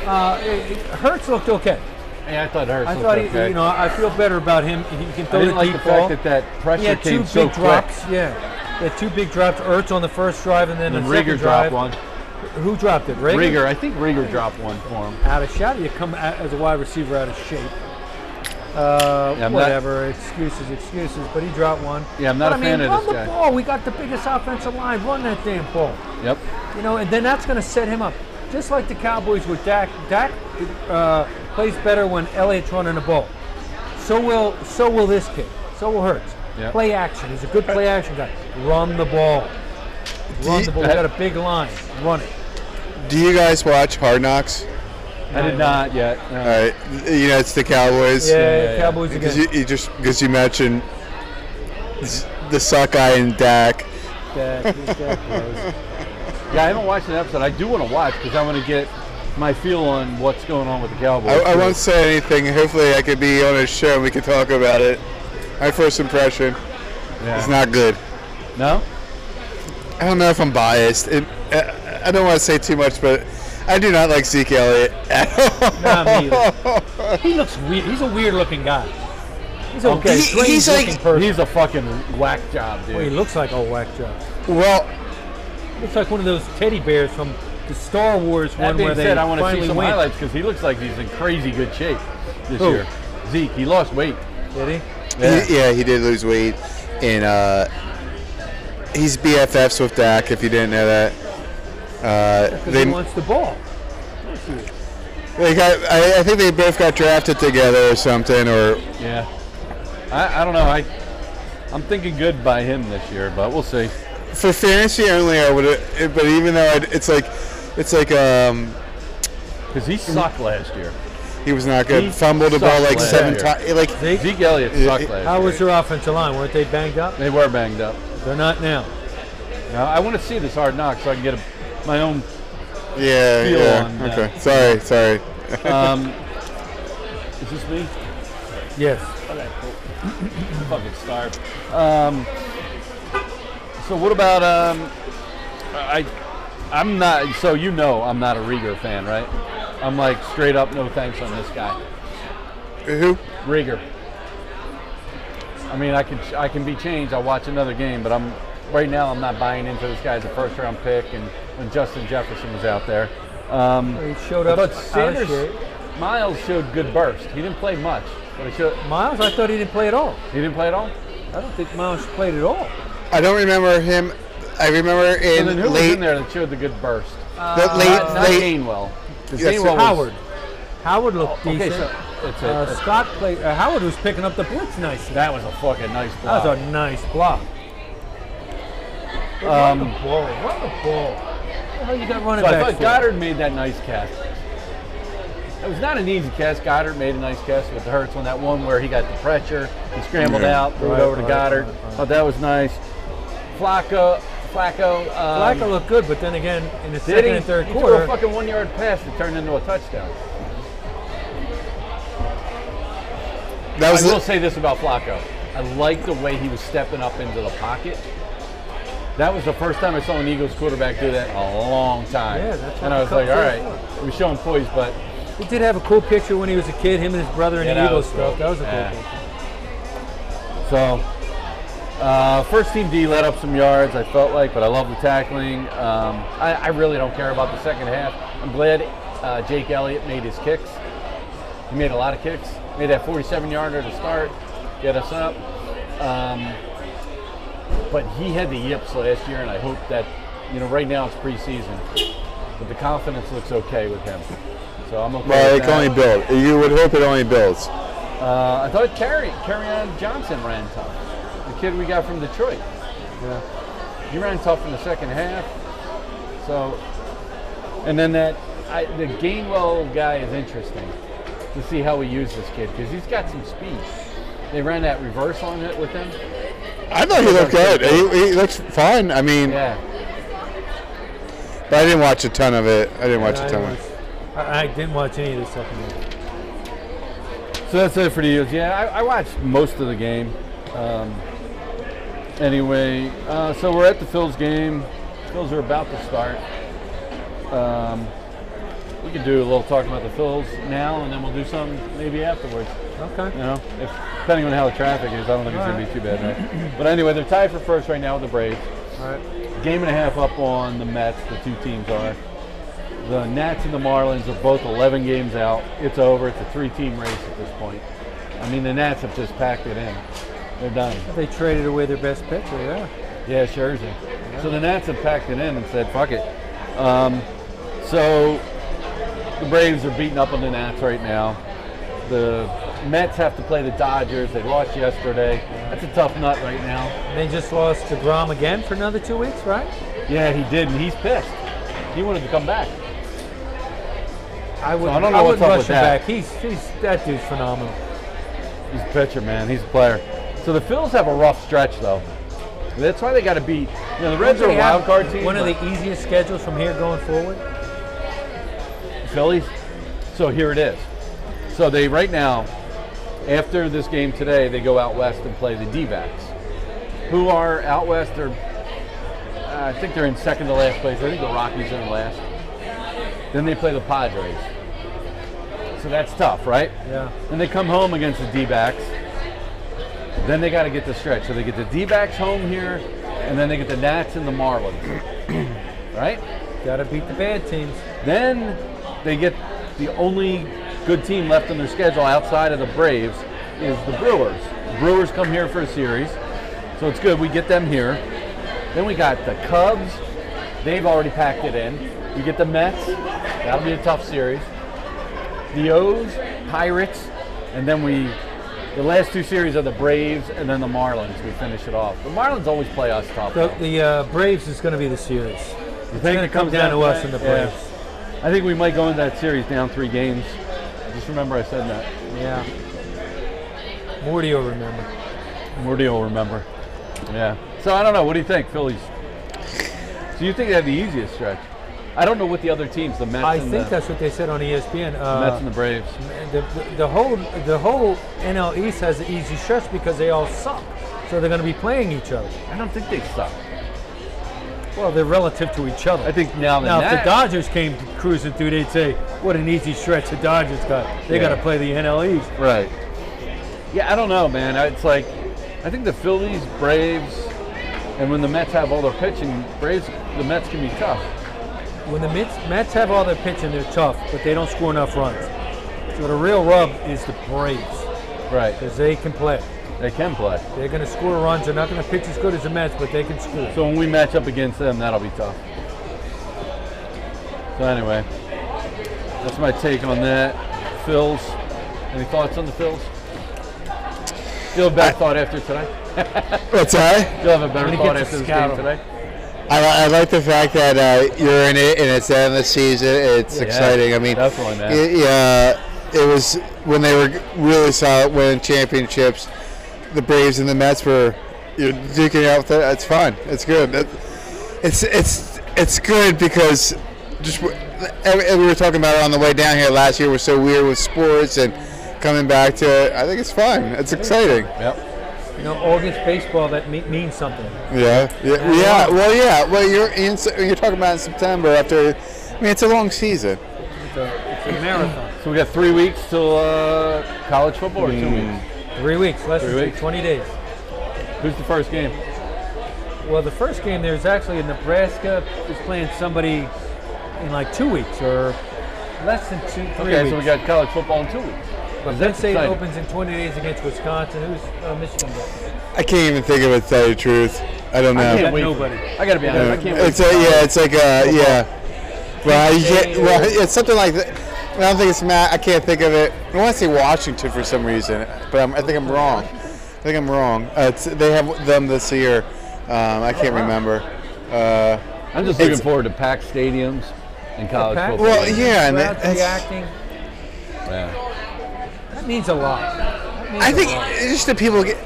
Uh, it, it, Hertz looked okay.
Yeah, I thought Ertz
I
looked
thought,
okay.
he, you know, I feel better about him. He can
I
throw
didn't
the
like
deep
the
ball.
fact that that pressure
he had two
came
big
so quick.
drops. Yeah, he had two big drops. Ertz on the first drive, and then
And then
the second
Rieger
drive.
dropped one.
Who dropped it? Rager.
Rieger, I think Rieger dropped one for him.
Out of shape. You come out as a wide receiver out of shape. Uh,
Yeah, I'm not-
whatever. excuses, excuses. But he dropped one.
Yeah, I'm not a
But, I
fan
mean,
of
run
this
the
guy.
ball. We got the biggest offensive line. Run that damn ball.
Yep.
You know, and then that's going to set him up. Just like the Cowboys with Dak. Dak uh, plays better when Elliott's running the ball. So will so will this kid. So will Hurts.
Yeah.
Play action. He's a good play action guy. Run the ball. Run the ball. We got a big line. Run it.
Do you guys watch Hard Knocks?
I did not yet. No.
All right, you know it's the Cowboys.
Yeah,
yeah, yeah.
Cowboys
Because
again.
you, you just because you mentioned s- the Suckeye and Dak.
Dak, Dak Rose.
Yeah, I haven't watched an episode. I do want to watch because I want to get my feel on what's going on with the Cowboys.
I, I won't say anything. Hopefully, I could be on a show and we can talk about it. My first impression
Yeah.
is not good.
no.
I don't know if I'm biased. It, I, I don't want to say too much, but I do not like Zeke Elliott at all.
Not me He looks weird. He's a weird looking guy. He's a
Okay.
okay.
He- he's like-
person.
He's a fucking whack job, dude.
Well, he looks like a whack job.
well,
Looks like one of those teddy bears from the Star Wars
that
one
being
where they
said, I want to
finally
see some
win.
highlights because he looks like he's in crazy good shape this
Who?
year. Zeke, he lost weight.
Did he?
Yeah.
He, yeah, he did lose weight, and uh, he's BFFs with Dak. If you didn't know that, uh,
Because
they
he wants the ball.
they got. I, I think they both got drafted together or something. Or
Yeah. I, I don't know. I I'm thinking good by him this year, but we'll see.
for fantasy only, I would. But even though I'd, it's like, it's like um,
Because he sucked last year.
he was not good.
He
Fumbled the ball
sucked
like
last
seven
year.
times. Like
Zeke,
Zeke Elliott
Yeah,
sucked
he-
last
how
year.
was their offensive line? Weren't they banged up?
They were banged up.
They're not now.
Now, I want to see this hard knock so I can get a, my own
yeah,
feel
yeah.
on that.
okay, sorry, sorry.
Um, is this me?
Yes.
I'm fucking starved. Um, so what about um, I? I'm not. So you know, I'm not a Rieger fan, right? I'm like straight up, no thanks on this guy,
Who?
Rieger. I mean, I can I can be changed. I'll watch another game, but I'm right now. I'm not buying into this guy as a first round pick. And when Justin Jefferson was out there, um,
He showed
I
up.
thought
out
Sanders
of shape.
Miles showed good burst. He didn't play much, but he showed.
Miles, I thought he didn't play at all.
He didn't play at all.
I don't think Miles played at all.
I don't remember him. I remember
And
in
then who was
late,
in there that showed the good burst?
Uh,
the late,
not not
late.
Gainwell. 'Cause
Yes,
Gainwell was-
Howard. Howard looked
Okay,
decent.
so it's a,
uh, Scott played. Uh, Howard was picking up the blitz nicely.
that was a fucking nice block.
That was a nice block.
Um,
ball. Run the ball. How you got running
so I
back?
thought
for?
Goddard made that nice cast. It was not an easy cast. Goddard made a nice cast with the Hurts on that one where he got the pressure. He scrambled
Yeah.
out, threw
Right,
it over to
right,
Goddard.
right, right.
Thought that was nice. Flacco, Flacco, um,
Flacco looked good, but then again, in the
did
second
he-
and third
he threw
quarter,
a fucking one-yard pass that turned into a touchdown.
That was
I will
the,
say this about Flacco. I like the way he was stepping up into the pocket. That was the first time I saw an Eagles quarterback do that in a long time.
Yeah, that's
and
what
I
the
was like, all
Cubs
right,
did.
he was showing poise, but
he did have a cool picture when he was a kid. Him and his brother in
Yeah,
the
that
Eagles
was
stuff.
cool.
That was a cool
Yeah.
picture.
so uh, first team D let up some yards. I felt like, but I love the tackling. Um, I, I really don't care about the second half. I'm glad uh, Jake Elliott made his kicks. He made a lot of kicks. Made that 47 yarder to start, get us up. Um, but he had the yips last year, and I hope that, you know, right now it's preseason, but the confidence looks okay with him. So I'm okay.
well,
with
it can
that.
only build. You would hope it only builds.
Uh, I thought Carry on Johnson ran tough. The kid we got from Detroit. He ran tough in the second half. So, and then that I, the Gainwell guy is interesting to see how we use this kid because he's got some speed. They ran that reverse on it with him.
I thought he looked good. He, he looks fine. I mean,
Yeah,
but I didn't watch a ton of it. I didn't watch
I
a
didn't
ton of it.
watch- I, I didn't watch any of this stuff. anymore.
so that's it for the Eagles. Yeah, I, I watched most of the game. Um, anyway, uh, so we're at the Phils game. Phils are about to start. Um, we could do a little talking about the Phils now, and then we'll do some maybe afterwards.
Okay.
You know, if, depending on how the traffic is, I don't think it's going to be too bad. Right? But anyway, they're tied for first right now with the Braves.
All right.
Game and a half up on the Mets. The two teams are. The Nats and the Marlins are both 11 games out. It's over. It's a three-team race at this point. I mean, the Nats have just packed it in. They're done.
They traded away their best pitcher. Yeah.
Yeah, Scherzer. So the Nats have packed it in and said, "Fuck it." Um, so the Braves are beating up on the Nats right now. The Mets have to play the Dodgers. They lost yesterday. That's a tough nut right now.
And they just lost to Grom again for another two weeks, right?
Yeah, he did, and he's pissed. He wanted to come back.
I would.
I don't know what's
wouldn't
up with
rush him
that.
back. He's he's that dude's phenomenal.
He's a pitcher, man. He's a player. So the Phils have a rough stretch, though. That's why they got to beat. You know, the Reds are a
They have
wild card team.
One of
but-
the easiest schedules from here going forward.
Phillies. So here it is. So they right now, after this game today, they go out west and play the D-backs, who are out west. They're, uh, I think they're in second to last place. I think the Rockies are in last. Then they play the Padres. So that's tough, right?
Yeah.
And they come home against the D-backs. Then they got to get the stretch. So they get the D-backs home here, and then they get the Nats and the Marlins. right?
Got to beat the bad teams.
Then they get the only good team left on their schedule outside of the Braves is the Brewers. Brewers come here for a series, so it's good. We get them here. Then we got the Cubs. They've already packed it in. We get the Mets. That'll be a tough series. The O's, Pirates, and then we the last two series are the Braves and then the Marlins. We finish it off. The Marlins always play us tough.
The,
though.
the uh, Braves is going to be the series.
You
It's
think
going to
it
come
comes
down
down
to
to
us
that?
and the
Yeah.
Braves.
I think we might go into that series down three games. Just remember I said that.
Yeah. Morty will remember.
Morty will remember. Yeah. So I don't know. What do you think, Phillies? So you think they have the easiest stretch? I don't know what the other teams, the Mets,
I
and
think
the,
that's what they said on E ESPN.
the Mets and
Uh,
the Braves.
the, the, the whole the whole NL East has an easy stretch because they all suck, so they're going to be playing each other.
I don't think they suck.
Well, they're relative to each other.
I think now the
Now, if
Nats,
the Dodgers came cruising through, they'd say, "What an easy stretch the Dodgers got. They
Yeah.
got to play the NL East."
right? Yeah, I don't know, man. It's like I think the Phillies, Braves, and when the Mets have all their pitching, Braves, the Mets can be tough.
When the Mets, Mets have all their pitching, they're tough, but they don't score enough runs. So the real rub is the Braves
Right.
because they can play.
They can play.
They're going to score runs. They're not going to pitch as good as the Mets, but they can score.
So when we match up against them, that'll be tough. So anyway, that's my take on that. Phils, any thoughts on the Phils? You'll have a better thought after today.
What's that?
You'll have a better
I'm gonna
thought
get
after
to
this
scout
game
'em.
today.
I, li- I like the fact that uh, you're in it and it's the end of the season. It's exciting. I mean,
definitely, man.
y- yeah, it was when they were really solid winning championships. The Braves and the Mets were you know, duking out. With that. It's fun. It's good. That- It's it's it's good because just w- every- and we were talking about it on the way down here. Last year was so weird with sports and coming back to it. I think it's fun. It's exciting.
Yep.
You know, August baseball that me- means something.
Yeah, yeah, yeah. Well, yeah. Well, you're in. You're talking about in September after. I mean, it's a long season.
It's a, it's a marathon.
So we got three weeks till uh, college football, or two
Mm.
weeks.
Three weeks, less
Three
than
weeks.
20 days.
Who's the first game?
Well, the first game there's actually Nebraska is playing somebody in like two weeks or less than two, three
okay,
weeks.
so we got college football in two weeks.
But then say it
exciting.
opens in 20 days against Wisconsin. Who's uh, Michigan? got?
I can't even think of it. To tell you the truth, I don't know.
I
got
can't wait. for
nobody.
it. I gotta be honest. I can't wait.
It's a, yeah. It's like a yeah. Well, you can't, well, it's something like that. I don't think it's Matt. I can't think of it. I want to say Washington for some reason, but I'm, I think I'm wrong. I think I'm wrong. Uh, it's, they have them this year. Um, I can't remember. Uh,
I'm just looking
it's-
forward to packed stadiums and college
packed-
football.
well, yeah, and
Crowds
that, that's,
reacting.
Yeah.
That means a lot. That It means
I
a
think
lot.
it's just the people get.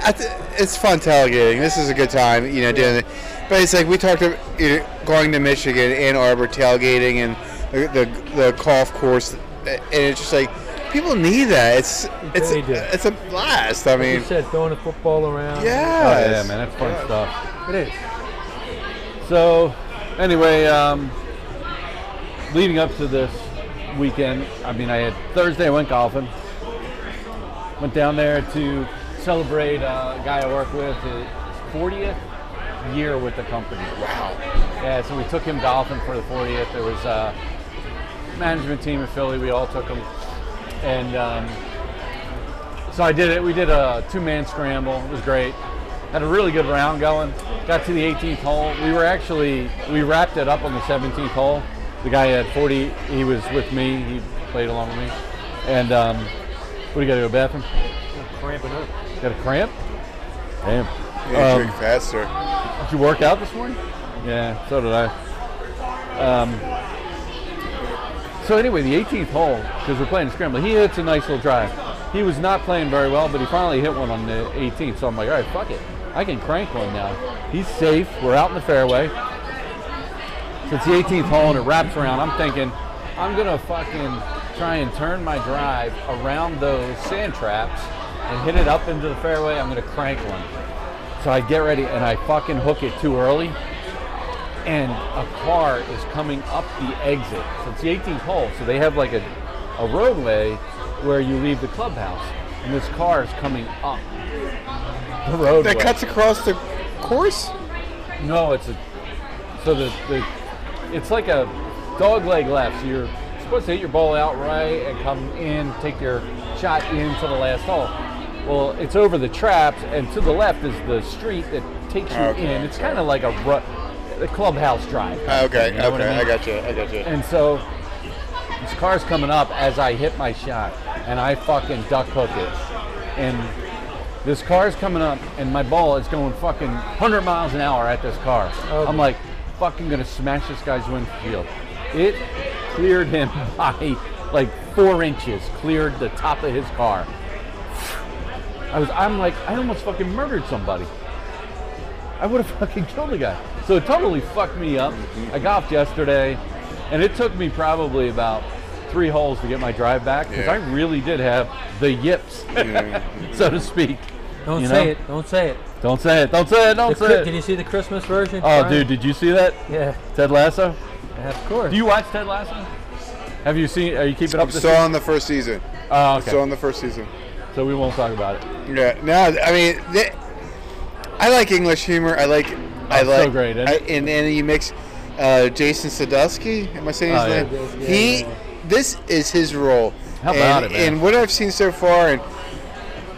I th- it's fun tailgating. This is a good time, you know, doing it. But it's like we talked about you know, going to Michigan, Ann Arbor tailgating, and the the, the golf course, and it's just like people need that. It's it's
They do.
it's a blast. I
you
mean,
said throwing a football around.
Oh,
yeah,
yeah, man, that's fun stuff.
It is.
So, anyway, um, leading up to this weekend, I mean, I had Thursday, I went golfing. Went down there to celebrate uh, a guy I work with, his 40th year with the company. Wow. Yeah, so we took him golfing for the 40th. There was a management team in Philly, we all took him. And um, so I did it. We did a two man scramble, it was great. Had a really good round going. Got to the 18th hole. We were actually we wrapped it up on the 17th hole. The guy had 40. He was with me. He played along with me. And um, what do you got to go bathroom?
Cramping up.
Got a cramp? Damn.
Yeah,
Um,
drink faster.
did you work out this morning? Yeah, so did I. Um, so anyway, the 18th hole, because we're playing scramble, he hits a nice little drive. He was not playing very well, but he finally hit one on the 18th. So I'm like, all right, fuck it, I can crank one now. He's safe. We're out in the fairway. So it's the 18th hole and it wraps around. I'm thinking, I'm gonna fucking try and turn my drive around those sand traps and hit it up into the fairway. I'm gonna crank one. So I get ready and I fucking hook it too early. And a car is coming up the exit. So it's the 18th hole. So they have like a, a roadway where you leave the clubhouse. And this car is coming up the roadway.
That cuts across the course.
No, it's a so the, the it's like a dog leg left. So you're supposed to hit your ball out right and come in, take your shot into the last hole. Well, it's over the traps, and to the left is the street that takes you
Okay,
in. It's kind of like a ru- the clubhouse drive. kind of
Okay,
thing, you know what
okay,
mean?
I got you. I got you.
And so this car's coming up as I hit my shot, and I fucking duck hook it. And this car's coming up, and my ball is going fucking 100 miles an hour at this car.
Okay.
I'm like, fucking gonna smash this guy's windshield. It cleared him by like four inches, cleared the top of his car. I was, I'm like, I almost fucking murdered somebody. I would have fucking killed the guy. So it totally fucked me up. I golfed yesterday, and it took me probably about three holes to get my drive back because
Yeah.
I really did have the yips, so to speak.
Don't
You
say
know?
it. Don't say it.
Don't say it. Don't say it.
The
Don't
Chri-
say
Did
it.
you see the Christmas version?
Oh,
Brian?
dude, did you see that?
Yeah,
Ted Lasso.
yeah, of course.
Do you watch Ted Lasso? Have you seen? Are you keeping up?
I'm
this
still
season?
on the first season.
Oh, okay.
Still on the first season.
so we won't talk about it.
Yeah. No, I mean, they, I like English humor. I like. I
so
like.
great, isn't
I,
it?
and and you mix uh, Jason Sadowski. Am I saying his
Oh, yeah.
name?
Yeah,
he.
yeah.
This is his role.
How
and,
about it, man?
And what I've seen so far, and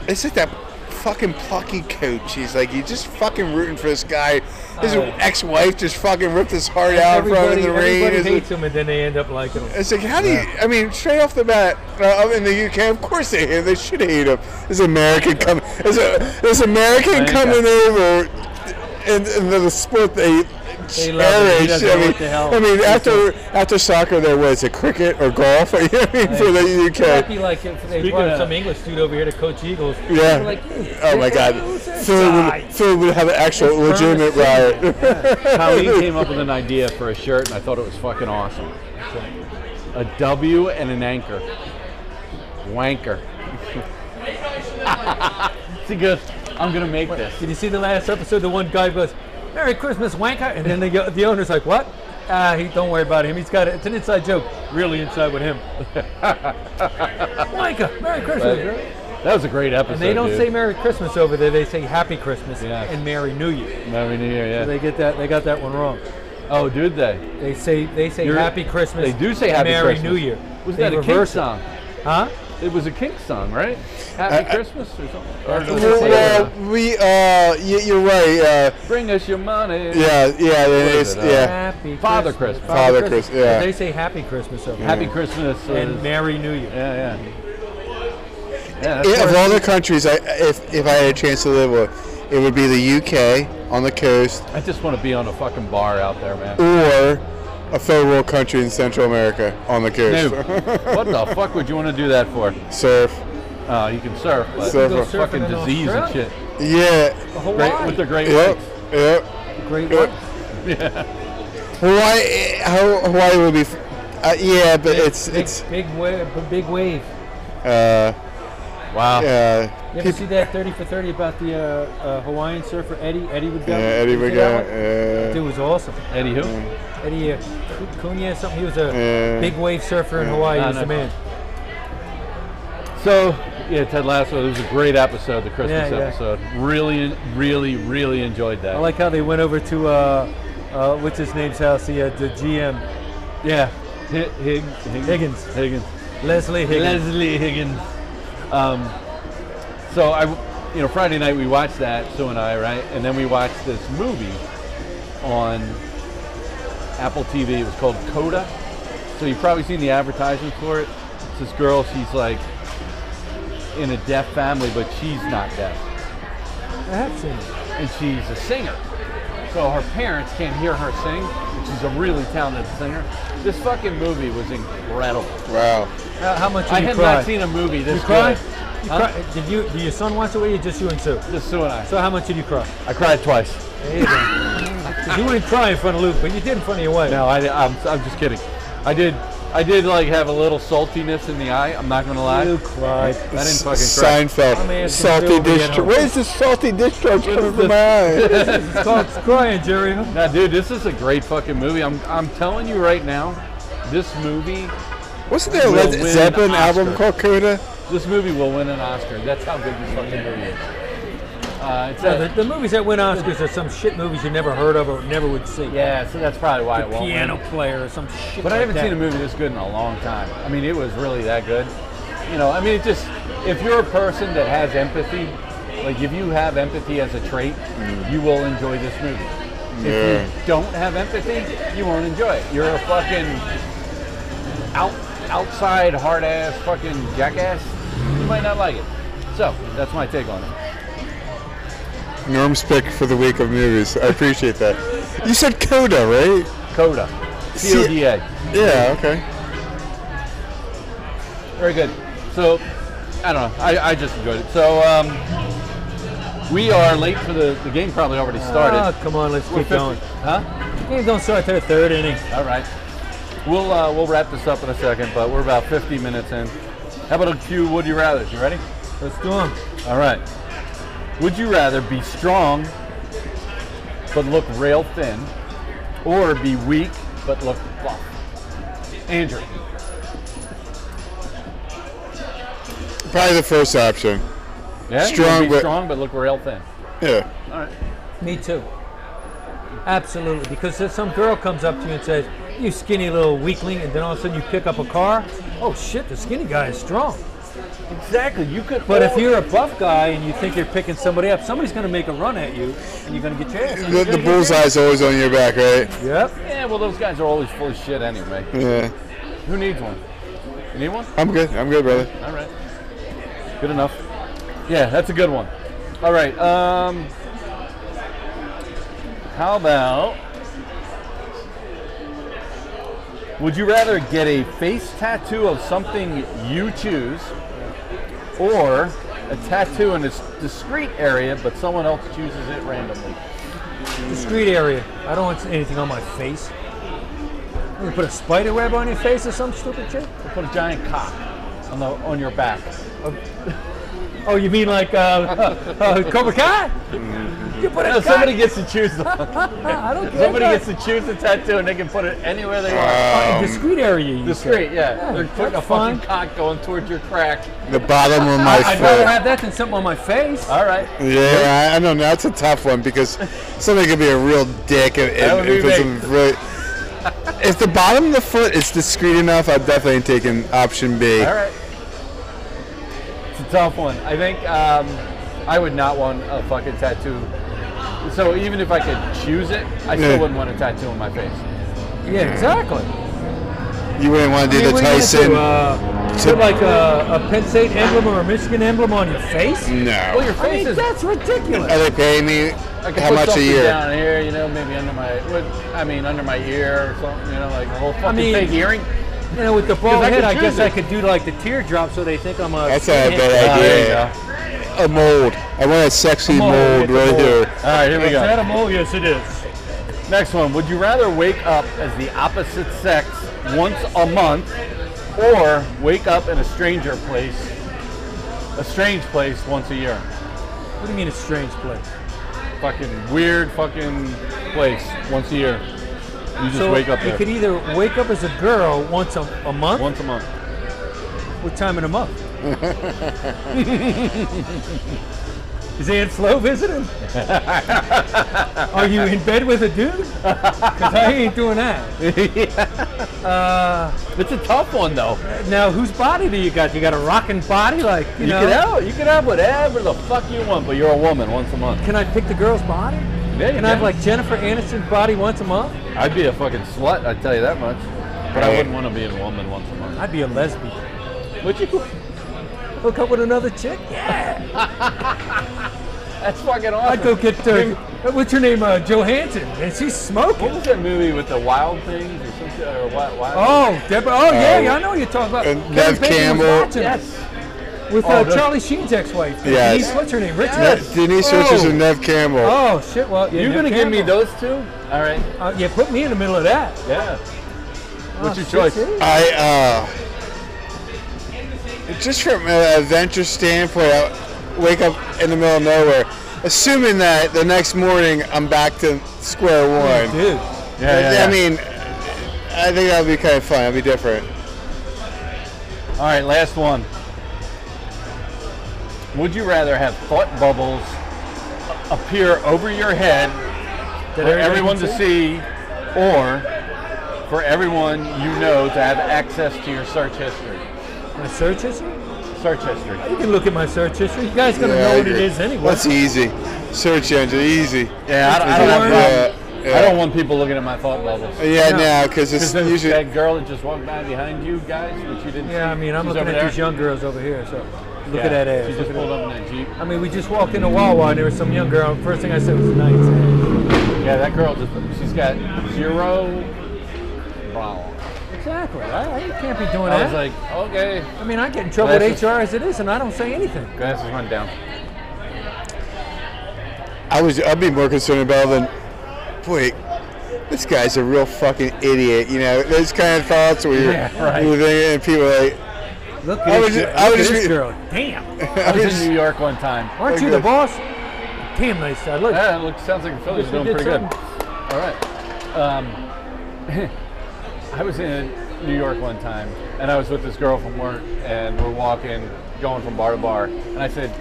it's like that fucking plucky coach. He's like, you just fucking rooting for this guy. His
Oh, yeah.
ex-wife just fucking ripped his heart out in front
everybody
of the rain.
everybody
It's like-
hates him, and then they end up liking him.
It's like, how do you? I mean, straight off the bat, uh, in the UK, of course they hate. They should hate him. This American coming, this, uh, this American
America.
coming over, and, and the sport they
They love it. He
cherish. I
doesn't know
mean,
what the hell
I mean,
he's
after after soccer, there was a cricket or golf. You know what I mean, for
It'd
the
be
UK.
like if they
Speaking
brought
of-
some English dude over here to coach Eagles.
Yeah.
They're Like, "Dude,
Oh my God,
who's that
Phil
guy?"
would, Phil would have an actual
It's
legitimate
Burma
riot.
Colleen came up with an idea for a shirt, and I thought it was fucking awesome. A W and an anchor. Wanker. she goes, I'm gonna make this.
Did you see the last episode? The one guy goes, "Merry Christmas, wanker," and then they go, the owner's like, "What?" Ah, he don't worry about him. He's got it. It's an inside joke. Really inside with him. wanker, Merry Christmas.
That was a great episode.
and they don't
dude.
say Merry Christmas over there. They say Happy Christmas
Yes.
and Merry New Year.
Merry New Year, yeah.
They get that. They got that one wrong.
oh, did they?
They say they say
You're-
Happy Christmas.
They do say
and
Happy
Merry
Christmas.
New Year.
Was
They
that a Kinks
reverse it.
song?
Huh?
It was a Kinks song, right? Happy
Uh, I-
Christmas or something. Or
That's what
does it
they
say
say.
well,
that?
well, we, uh, you, you're right. Uh,
Bring us your money.
yeah, yeah, it
is
is,
it, uh,
yeah.
Happy
Father Christmas.
Father Christ- yeah.
But They say Happy Christmas over
Happy Christmas. uh,
there. and Merry New Year.
yeah, yeah. Yeah, that's
Yeah,
where-
of all the countries, I, if if I had a chance to live with, it would be the UK on the coast
I just want to be on a fucking bar out there, man.
or a third world country in Central America on the coast.
Noob, what the fuck would you want to do that for?
Surf.
Uh, you can surf, but
Surf.
Go
Surfer.
surfing
fucking
in
disease and
Australia.
shit.
Yeah.
Great
Hawaii.
with the great
Yep.
whites.
Yep.
Great
Yep.
White.
Hawaii. How Hawaii will be. f- Uh, yeah, but it's
big,
it's
big wave. Big wave.
uh,
Wow.
uh
You ever
peop-
see that 30 for 30 about the uh, uh, Hawaiian surfer Eddie? Eddie would go.
yeah, Eddie we got uh,
Dude was awesome.
Eddie who?
Eddie uh, Cu- Cunha, something. He was a
Yeah.
big wave surfer in Hawaii.
No,
he was
no.
the man.
So yeah, Ted Lasso. It was a great episode, the Christmas
Yeah, yeah.
episode. Really, really, really enjoyed that.
I like how they went over to uh, uh, what's his name's house. He had the GM
yeah, Hi- Hig- Higgins.
Higgins.
Higgins.
Leslie Higgins.
Leslie Higgins. Um, so I, you know, Friday night we watched that, Sue and I, right, and then we watched this movie on Apple TV. It was called Coda. So you've probably seen the advertisement for it. It's this girl. She's like in a deaf family, but she's not deaf.
I have seen it.
and she's a singer. So her parents can't hear her sing, and she's a really talented singer. This fucking movie was incredible.
wow.
How, how much?
I
you
have
cry?
not seen a movie this
You cry?
good.
You
Huh?
cry? Did you? Did your son watch it with you? Just you and Sue.
Just Sue and I.
So how much did you cry?
I cried twice.
you wouldn't cry in front of Luke, but you did in front of your wife.
No, I, am I'm just kidding. I did. I did like have a little saltiness in the eye. I'm not gonna lie.
You cried.
I didn't fucking cry.
I'm
Seinfeld.
asking
Salty
Sylvia now.
discharge. Where's the salty discharge coming from my eye?
It's called crying, Jerry. huh?
Now, dude, this is a great fucking movie. I'm I'm telling you right now, this movie
Wasn't there a
Will
Led
win
Zeppelin album
Oscar.
called Coda?
this movie will win an Oscar. That's how good this fucking movie is. Uh, it's
Yeah, the,
a,
the movies that win Oscars are some shit movies you never heard of or never would see.
yeah, so that's probably why
The
it won't win.
piano player or some shit.
But I
like
haven't
that.
seen a movie this good in a long time. I mean, it was really that good. You know, I mean, it just, if you're a person that has empathy, like if you have empathy as a trait,
Mm.
you will enjoy this movie.
Yeah.
If you don't have empathy, you won't enjoy it. You're a fucking out, outside hard ass fucking jackass. You might not like it. So that's my take on it.
Norm's pick for the week of movies. I appreciate that. You said Coda, right?
Coda, C O D A.
Yeah. Okay.
Very good. So, I don't know. I, I just enjoyed it. So, um, we are late for the, the game. Probably already started.
Oh, come on, let's
We're
keep
50
going.
Huh?
Games don't start till the third inning.
All right. We'll uh, we'll wrap this up in a second, but we're about 50 minutes in. How about a few Would you rather? You ready?
Let's do them.
All right. Would you rather be strong but look rail thin, or be weak but look buff? Andrew.
Probably the first option.
Yeah. You wanna
Strong
be
but-
strong but look rail thin.
Yeah.
All right.
Me too. Absolutely, because if some girl comes up to you and says, "You skinny little weakling," and then all of a sudden you pick up a car. Oh shit, the skinny guy is strong.
Exactly. You could.
But if
always-
you're a buff guy and you think you're picking somebody up, somebody's going to make a run at you, and you're going to get your ass.
The, the bullseye's always on your back, right?
Yep.
Yeah, well, those guys are always full of shit anyway.
Yeah.
Who needs one? You need one?
I'm good. I'm good, brother.
All right. Good enough. Yeah, that's a good one. All right. Um, how about? Would you rather get a face tattoo of something you choose, or a tattoo in a s- discreet area but someone else chooses it randomly?
Discreet area. I don't want anything on my face. You gonna put a spider web on your face or some stupid shit?
Or put a giant cock on the on your back.
Oh, you mean like uh, uh, Cobra Kai? You put a
No,
cock-
Uh, somebody gets to choose the.
I don't care.
Somebody gets to choose the tattoo and they can put it anywhere they want.
Oh,
Um,
discreet area. You said.
Discreet, yeah.
Yeah,
They're putting a
that's
fucking
fine.
cock going towards your crack.
the bottom of my
I'd rather
foot.
have that than something on my face.
All right.
Yeah, I, I don't know. That's a tough one because somebody could be a real dick and,
That would
and
be
if, it's
me.
a really, if the bottom of the foot is discreet enough, I'm definitely taking option B.
All right. It's a tough one. I think um, I would not want a fucking tattoo. So even if I could choose it, I
Yeah.
still wouldn't want a tattoo on my face.
Yeah, exactly.
You wouldn't want to do
I mean,
the
what are you
Tyson.
gonna do, uh,
to-
put like a, a Penn State emblem or a Michigan emblem on your face?
Mm.
Well, your
no.
I
face
mean,
is.
that's ridiculous.
Are they paying me
I could
how
put
much a
something
year?
Down here, you know, maybe under my. What, I mean, under my ear or something. You know, like a whole fucking
mean-
big earring.
You know, with the bald
I could
head, I
choose
guess I
it.
could do like the teardrop, so they think I'm a.
That's not a bad
skinhead.
idea.
there you go.
A mold. I want a sexy
mold,
mold,
it's a
right
mold.
here.
All right, here we
Is that
go.
a mole? Yes, it is.
Next one. Would you rather wake up as the opposite sex once a month, or wake up in a stranger place, a strange place once a year?
What do you mean a strange place?
Fucking weird, fucking place once a year. You just
so
wake up
you
there
could either wake up as a girl once a, a month.
once a month.
What time in a month? Is Aunt Flo visiting? Are you in bed with a dude? Because I ain't doing that. Uh,
It's a tough one though.
now, whose body do you got? You got a rocking body, like you,
You
know?
can have you can have whatever the fuck you want, but you're a woman once a month.
Can I pick the girl's body?
Yeah, you
can I have
can.
like Jennifer Aniston's body once a month?
I'd be a fucking slut, I tell you that much. But I
Right.
wouldn't want to be a woman once a month.
I'd be a lesbian.
Would you?
Hook up with another chick? Yeah.
That's fucking awesome.
I'd go get uh, what's her name? Uh, Johansson, and she's
What
smoking.
was that movie with the wild things or something? Or wild, wild?
Oh, Deborah. Oh, yeah,
Uh,
yeah, I know what you're talking about.
and
Kevin
Nev
Bacon was
Campbell.
watching it
yes.
With
Oh,
uh,
no.
Charlie Sheen's ex-wife.
Yes.
Denise- what's her name? Richard.
Ne- Denise Richards and Nev Campbell.
Oh shit. Well, yeah,
You're
Nev
gonna give me
Campbell.
those two? All right.
Uh, yeah, put me in the middle of that.
Yeah. What's
Oh,
your choice?
shit, see?
I uh, just from an adventure standpoint, I wake up in the middle of nowhere, assuming that the next morning I'm back to square one.
Dude.
Yeah,
I mean, I think that'd be kind of fun. It'd be different.
All right, last one. Would you rather have thought bubbles appear over your head
Did
for
everybody
everyone to see, or for everyone you know to have access to your search history?
My search history?
Search history.
You can look at my search history. You guys gonna
Yeah, I
know what it
agree.
is anyway.
That's easy. Search engine, easy.
Yeah, I, don't- I don't have
Yeah,
problems.
yeah.
I don't want people looking at my thought bubbles.
Yeah,
No.
no, because it's
Because there's
usually
that girl that just walked by behind you guys, which you didn't see.
yeah, I mean, I'm
She's
looking
over
at
there.
these young girls over here. So look
Yeah,
at that ass.
She
Look
just
at
pulled
that.
up in that Jeep.
I mean, we just walked into Wawa and there was some young girl. and First thing I said was nice.
Yeah, that girl just, she's got zero problems.
Exactly. I, I- you can't be doing
I
that.
was like, okay.
I mean, I get in trouble
That's
with
a-
HR as it is, and I don't say anything.
Glasses run down.
I was I'd be more concerned about than boy, this guy's a real fucking idiot. You know, those kind of thoughts where you're,
Yeah, right.
you're thinking and people are like,
Look
I
at
was
this,
ju-
girl.
I was
Look at
just
this
re-
girl. Damn.
I was in New York one time.
Aren't you the boss? Damn nice guy. Look.
Yeah, it looks, sounds like the Phillies are
They
doing
did
pretty good.
something.
All right. Um, I was in New York one time, and I was with this girl from work, and we're walking, going from bar to bar, and I said,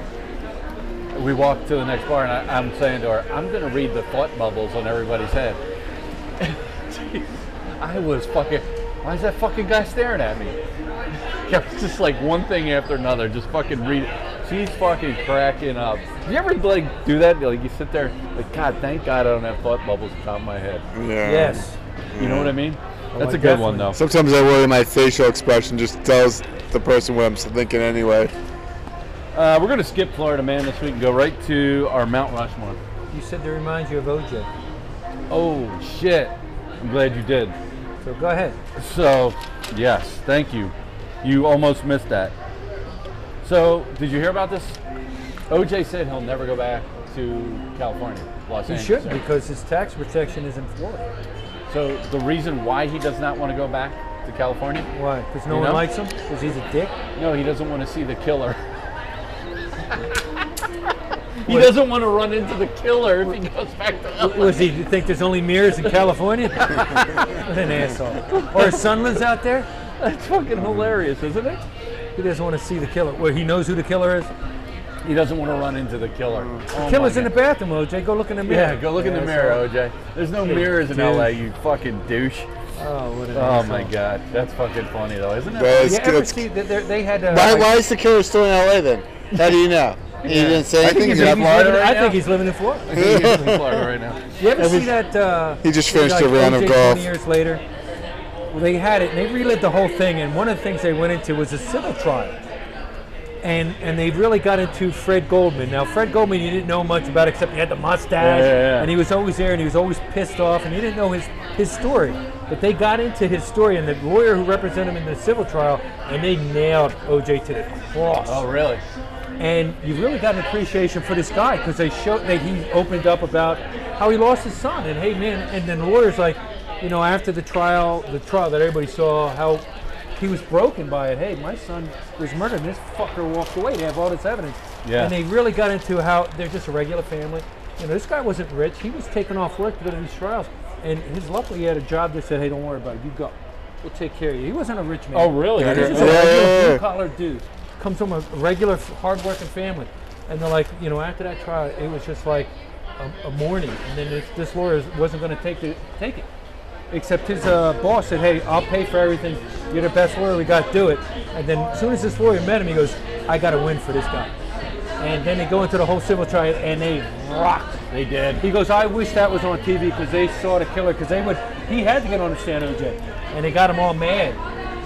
we walked to the next bar, and I, I'm saying to her, I'm going to read the thought bubbles on everybody's head. I was fucking. Why is that fucking guy staring at me? Yeah, it's just like one thing after another. Just fucking read. it. She's fucking cracking up. Do you ever like do that? Like you sit there, like God, thank God I don't have thought bubbles on top of my head.
yeah.
Yes.
You know what I mean? That's
I
a good one though.
definitely-
Sometimes I worry my facial expression just tells the person what I'm thinking anyway.
Uh, we're gonna skip Florida Man this week and go right to our Mount Rushmore.
You said to remind you of OJ.
Oh shit! I'm glad you did.
So go ahead.
So, yes, thank you. You almost missed that. So, did you hear about this? OJ said he'll never go back to California, Los
He
Angeles.
shouldn't because his tax protection is in Florida.
So, the reason why he does not want to go back to California?
Why? Because no
You
one
know?
likes him? Because he's a dick?
No, he doesn't want to see the killer. he
What?
doesn't want to run into the killer if he goes back to LA.
Was he you think there's only mirrors in California? what an asshole. Or his son lives out there?
That's fucking hilarious, isn't it?
He doesn't want to see the killer. Well, he knows who the killer is. The
He doesn't want to run into the killer. Oh my
killer's in the
God.
bathroom, OJ. Go look in the mirror.
Yeah, go look in the
Asshole.
mirror, OJ. There's no mirrors in
dude.
LA, you fucking douche.
Oh, what an
Oh
asshole.
my god, that's fucking funny though, isn't it?
But
You
it's,
ever
it's-
see that there- they had uh,
why,
like-
why is the killer still in LA then? How do you know? He didn't say
I think
anything.
he's
He
in
just-
He's
Florida
living-
right
I
now?
think he's living in Florida.
He's in Florida right now.
You ever see that? Uh,
He just
movie,
finished a round of
OJ
golf.
20 years later, well, they had it and they relived the whole thing. And one of the things they went into was a civil trial. and and they've really got into Fred Goldman. Now Fred Goldman, you didn't know much about except he had the mustache,
Yeah, yeah, yeah.
and he was always there, and he was always pissed off, and you didn't know his his story. But they got into his story, and the lawyer who represented him in the civil trial, and they nailed OJ to the cross.
Oh, really?
And you really got an appreciation for this guy because they showed that he opened up about how he lost his son, and hey man, and then the lawyers like, you know, after the trial, the trial that everybody saw, how he was broken by it. Hey, my son was murdered, and this fucker walked away. They have all this evidence,
Yeah.
and they really got into how they're just a regular family. You know, this guy wasn't rich; he was taking off work to go to these trials, and his luckily he had a job that said, hey, don't worry about it, you go. We'll take care of you. He wasn't a rich man.
Oh, really?
He's just a
Yeah, yeah, yeah.
regular blue collar dude. Comes from a regular, f- hardworking family, and they're like, you know, after that trial, it was just like a, a morning, and then this, this lawyer wasn't going to take the take it. Except his uh, boss said, "Hey, I'll pay for everything. You're the best lawyer we got. Do it." And then, as soon as this lawyer met him, he goes, "I got to win for this guy." And then they go into the whole civil trial, and they rocked.
They did.
He goes, I wish that was on TV because they saw the killer because they would. He had to get on the stand, OJ, and they got him all mad.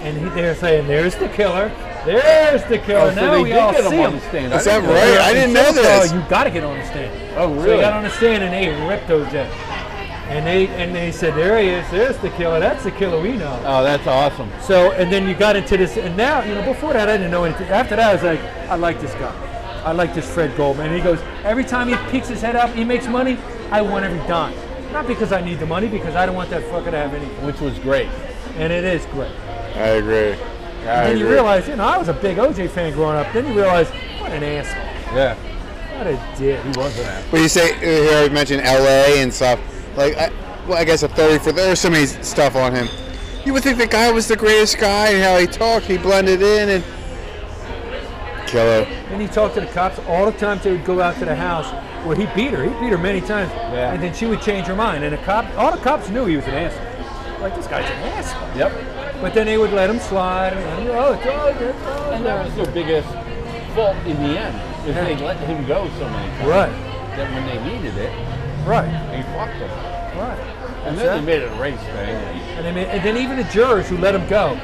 And he, they're saying, "There's the killer. There's the killer."
Oh, so
now
they
we
did
all
get
see
him on
him.
the stand.
Is
I didn't
that
know
right?
that.
I didn't know
Said,
this.
Oh, you got to get on the stand.
Oh,
So
really?
he got on the stand and they ripped OJ. And they and they said, "There he is. There's the killer. That's the killer we know."
Oh, that's awesome.
So, and then you got into this, and now, you know, before that, I didn't know anything. After that, I was like, I like this guy. I like this Fred Goldman. And he goes, every time he peeks his head up, he makes money, I want every dime. Not because I need the money, because I don't want that fucker to have any.
Which was great.
And it is great.
I agree. I
And then you
agree.
realize, you know, I was a big OJ fan growing up. Then you realize, what an asshole.
Yeah,
What a dick.
he was an ass.
When you say uh, here, I mentioned L.A. and stuff. Like, I, well, I guess a thirty for there was so many stuff on him. You would think the guy was the greatest guy and how he talked, he blended in and killer.
And he talked to the cops all the time. They would go out to the house where he beat her. He beat her many times,
Yeah.
and then she would change her mind. And the cop, all the cops knew he was an asshole. Like this guy's an asshole.
Yep.
But then they would let him slide. And let him, oh, it's all good, it's all
And that was their biggest fault in the end, is they let him go so many times
good." Right,
that when they needed it,
right,
they fucked him.
right.
And
That's
then
it.
they made it a race thing.
And, they made- and then even the jurors who let him go,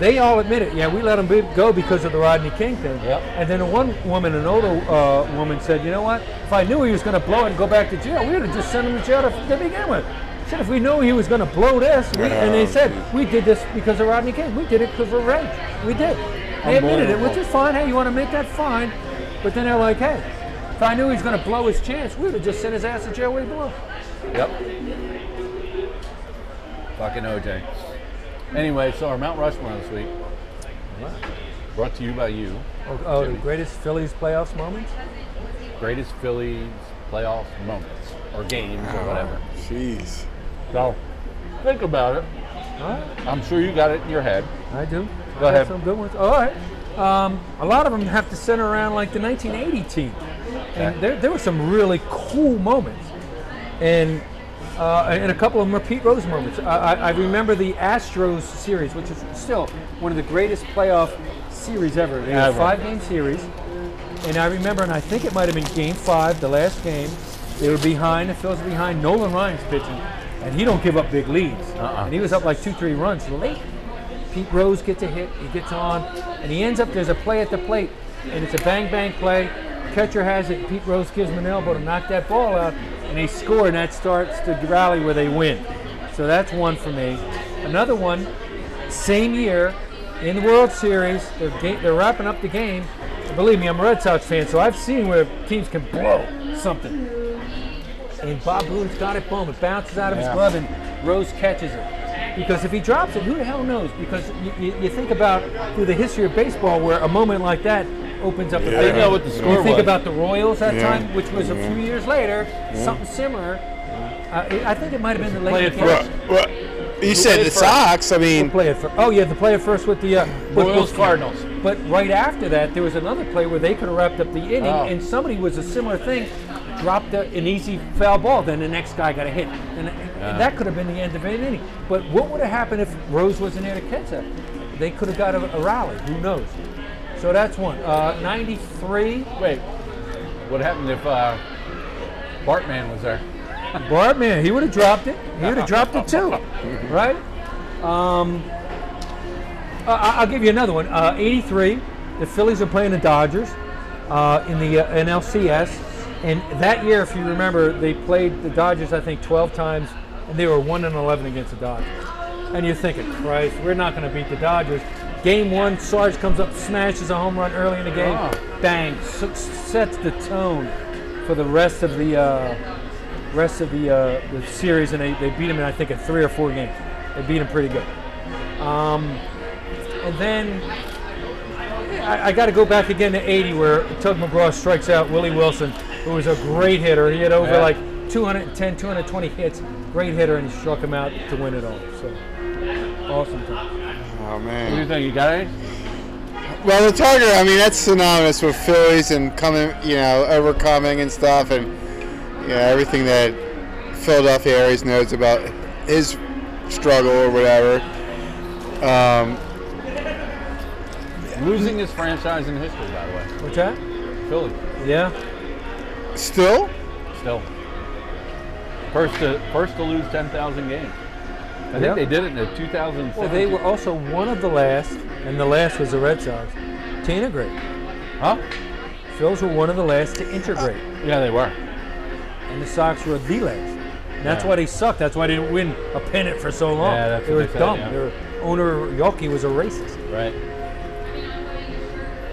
they all admit it. Yeah, we let him be, go because of the Rodney King thing.
Yep.
And then one woman, an older uh, woman, said, "You know what? If I knew he was going to blow it and go back to jail, we would have just sent him to jail to, to begin with." She Said if we knew he was going to blow this, we, and they said we did this because of Rodney King. We did it because we're rage. We did. They admitted it, which is fine. Hey, you want to make that fine? But then they're like, "Hey, if I knew he was going to blow his chance, we would have just sent his ass to jail where he belonged."
Yep. Fucking OJ. Anyway, so our Mount Rushmore this week, brought to you by you,
Oh, oh, the greatest Phillies playoffs moments.
greatest Phillies playoff moments or games or whatever.
Jeez.
So think about it.
All right.
I'm sure you got it in your head.
I do. I
Go
got
ahead.
Some good ones. All right. Um, a lot of them have to center around like the 1980 team, and
Okay.
there, there were some really cool moments, and uh, and a couple of them are Pete Rose moments. I, I, I remember the Astros series, which is still one of the greatest playoff series ever. They had a
Ever.
five-game series, and I remember, and I think it might have been Game Five, the last game. They were behind. The Phils were behind. Nolan Ryan's pitching, and he don't give up big leads.
Uh-uh.
And he was up like two, three runs late. Pete Rose gets a hit, he gets on, and he ends up, there's a play at the plate, and it's a bang bang play. Catcher has it, Pete Rose gives him an elbow to knock that ball out, and they score, and that starts the rally where they win. So that's one for me. Another one, same year, in the World Series, they're, ga- they're wrapping up the game. Believe me, I'm a Red Sox fan, so I've seen where teams can blow something and Bob Boone's got it. Boom! It bounces out of his
Yeah.
glove, and Rose catches it. Because if he drops it, who the hell knows? Because you, you, you think about through the history of baseball, where a moment like that opens up.
Yeah.
a
They know
what the score
You think
was.
about the Royals that
Yeah.
time, which was a few years later, something similar. Uh, it- I think it might have been the
Play
late.
it
game.
first.
Well, well, you said
played
the
first?
Sox. I
The
mean,
play at first. Oh yeah, the play at first with the uh, with-
Royals
with-
Cardinals.
But right after that, there was another play where they could have wrapped up the inning,
Oh.
and somebody was a similar thing, dropped a, an easy foul ball, then the next guy got a hit, and, and that could have been the end of an inning. But what would have happened if Rose wasn't there to catch that? They could have got a, a rally. Who knows? So that's one. Uh, Ninety-three.
Wait, what happened if uh, Bartman was there?
Bartman, he would have dropped it. He would have dropped it too, right? Um, I- I- I'll give you another one. Uh, 83, Uh, the Phillies are playing the Dodgers uh, in the uh, NLCS, and that year, if you remember, they played the Dodgers I think 12 times, and they were one and 11 against the Dodgers. And you're thinking, Christ, we're not going to beat the Dodgers. Game one, Sarge comes up, smashes a home run early in the game,
Ah.
bang, s- sets the tone for the rest of the uh, rest of the, uh, the series, and they, they beat him in I think in three or four games. They beat him pretty good. Um, and then I, I got to go back again to 80 where Tug McGraw strikes out Willie Wilson, who was a great hitter. He had over
Yeah.
like 210, 220 hits. Great hitter, and he struck him out to win it all. So awesome time.
Oh
What do
man.
you think? You got any?
Well, the Tiger. I mean, that's synonymous with Phillies and coming, you know, overcoming and stuff, and you know, everything that Philadelphia Aries knows about his struggle or whatever. Um,
Losing this franchise in history, by the way.
What's that?
Philly,
Yeah.
still,
still. First to, first to lose 10,000 games. I think
Yeah.
they did it in the 2007.
Well, they were also one of the last, and the last was the Red Sox, to integrate.
Huh?
Phils were one of the last to integrate,
Yeah, they were.
and the Sox were the last. And that's
Yeah.
why they sucked. That's why they didn't win a pennant for so long.
Yeah, that's
they
what
were
they said,
dumb.
yeah.
Their owner Yawkey was a racist.
Right.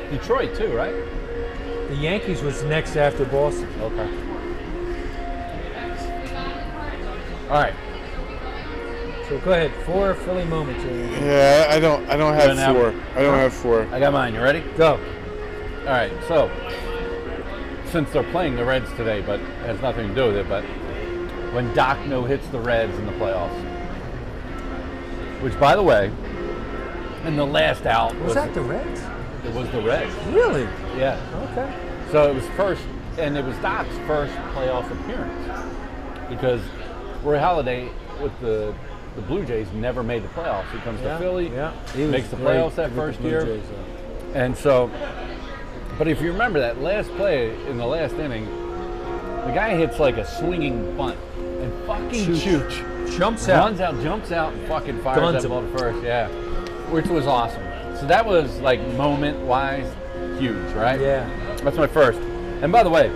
Detroit, too, right?
The Yankees was next after Boston.
Okay. All right.
So go ahead, four Philly moments. Here.
yeah, I don't, I don't have
Run out.
four. I don't have four.
I got mine. You ready?
Go.
All right, so since they're playing the Reds today, but has nothing to do with it, but when Doc no hits the Reds in the playoffs, which by the way, in the last out
Was that the Reds?
it was the Reds,
Really?
yeah.
Okay.
So it was first, and it was Doc's first playoff appearance because Roy Halladay with the the Blue Jays never made the playoffs. He comes
Yeah,
to Philly,
yeah. He was
makes the
great
playoffs that
with the
first
Blue
year.
Jays,
And so, but if you remember that last play in the last inning, the guy hits like a swinging bunt and fucking
Chooch.
Chooch
yeah. Jumps out.
runs out, jumps out, and fucking fires
Guns
that
him.
ball to first. Yeah, which was awesome. So that was like moment wise, huge, right?
Yeah.
That's my first. And by the way,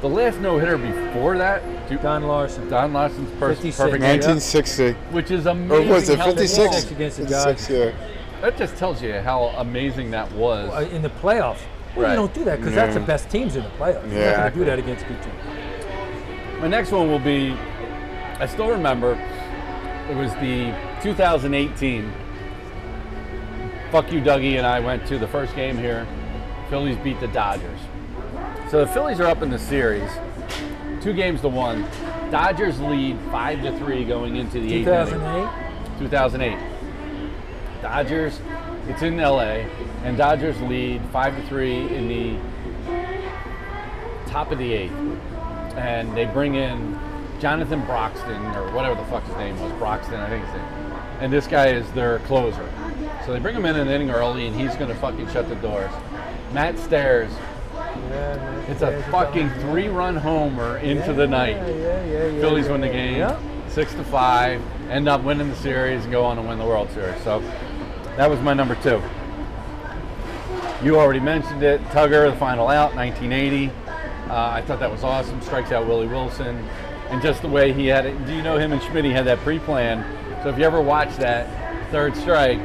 the last no hitter before that, dude, Don,
Don Larson.
Larson's first
56.
perfect game,
1960,
which is
or
amazing.
was it
how that
56?
was.
against the
56, yeah.
That just tells you how amazing that was.
Uh, in the playoffs. Well,
Right.
you don't do that because that's the
Yeah.
best teams in the playoffs. You're
Yeah.
not going to do that against good teams.
My next one will be, I still remember, it was the 2018. Fuck you, Dougie, and I went to the first game here. Phillies beat the Dodgers. So the Phillies are up in the series, two games to one. Dodgers lead five to three going into the eighth inning.
2008.
2008. Dodgers, it's in LA, and Dodgers lead five to three in the top of the eighth, and they bring in Jonathan Broxton or whatever the fuck his name was, Broxton, I think it's it. And this guy is their closer, so they bring him in an inning early, and he's gonna fucking shut the doors. Matt Stairs, it's a fucking three-run homer into the night.
Yeah, yeah, yeah, yeah,
Phillies
yeah,
win the
yeah.
game,
Yeah.
six to five. End up winning the series and go on to win the World Series. So that was my number two. You already mentioned it. Tugger, the final out, 1980. Uh, I thought that was awesome. Strikes out Willie Wilson, and just the way he had it. Do you know him and Schmidt had that pre-plan? So if you ever watch that third strike,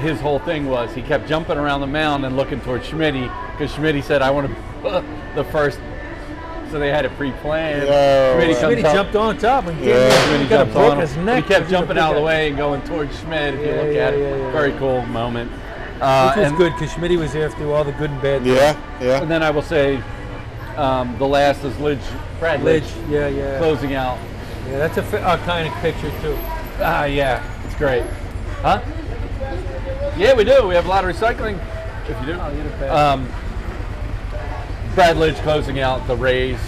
his whole thing was he kept jumping around the mound and looking towards Schmidt because Schmidt said, "I want to the first. So they had it pre-planned.
Yeah,
Schmitty
right.
comes
Schmitty
up-
jumped on top and
Yeah.
when
yeah.
he
got a
jumped
broke
on
his
him.
neck.
He kept
He's a
jumping
big
out of the
guy.
way and going towards Schmidt. If you
Yeah,
look
yeah,
at it,
yeah, yeah.
very cool moment. Uh,
Which was
and,
good because Schmidt was there through all the good and bad.
Yeah,
and
yeah.
then I will say, um, the last is Lidge, Brad Lidge,
Lidge. Yeah, yeah.
closing out.
Yeah, that's a fi- iconic picture too.
Ah, yeah, it's great, huh? Yeah, we do. We have a lot of recycling. If you do, um, Brad Lidge closing out the Rays.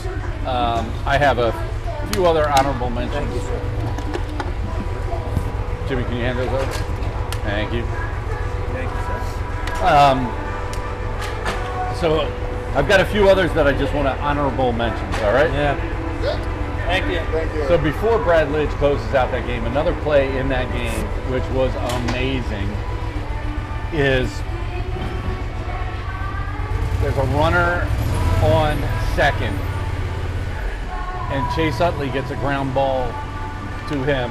Um, I have a few other honorable mentions. Jimmy, can you hand those over? Thank you.
Thank you, sir.
Um, so I've got a few others that I just want to honorable mentions. All right.
Yeah. Thank you.
So before Brad Lidge closes out that game, another play in that game, which was amazing, is There's a runner on second, and Chase Utley gets a ground ball to him,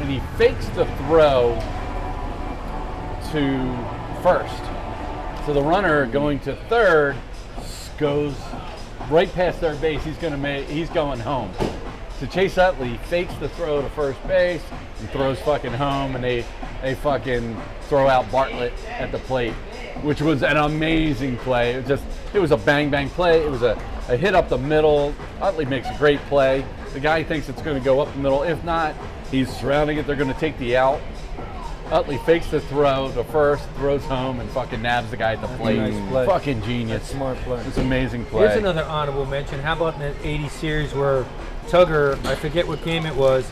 and he fakes the throw to first. So the runner going to third goes right past third base. He's going to make. He's going home. So Chase Utley fakes the throw to first base and throws fucking home, and they they fucking throw out Bartlett at the plate, which was an amazing play. It was just it was a bang bang play. It was a, a hit up the middle. Utley makes a great play. The guy thinks it's going to go up the middle. If not, he's surrounding it. They're going to take the out. Utley fakes the throw to first, throws home, and fucking nabs the guy at the
a
plate.
nice play.
Fucking genius.
That's smart play.
It's an amazing play.
Here's another honorable mention. How about in that 80 series where Tugger, I forget what game it was,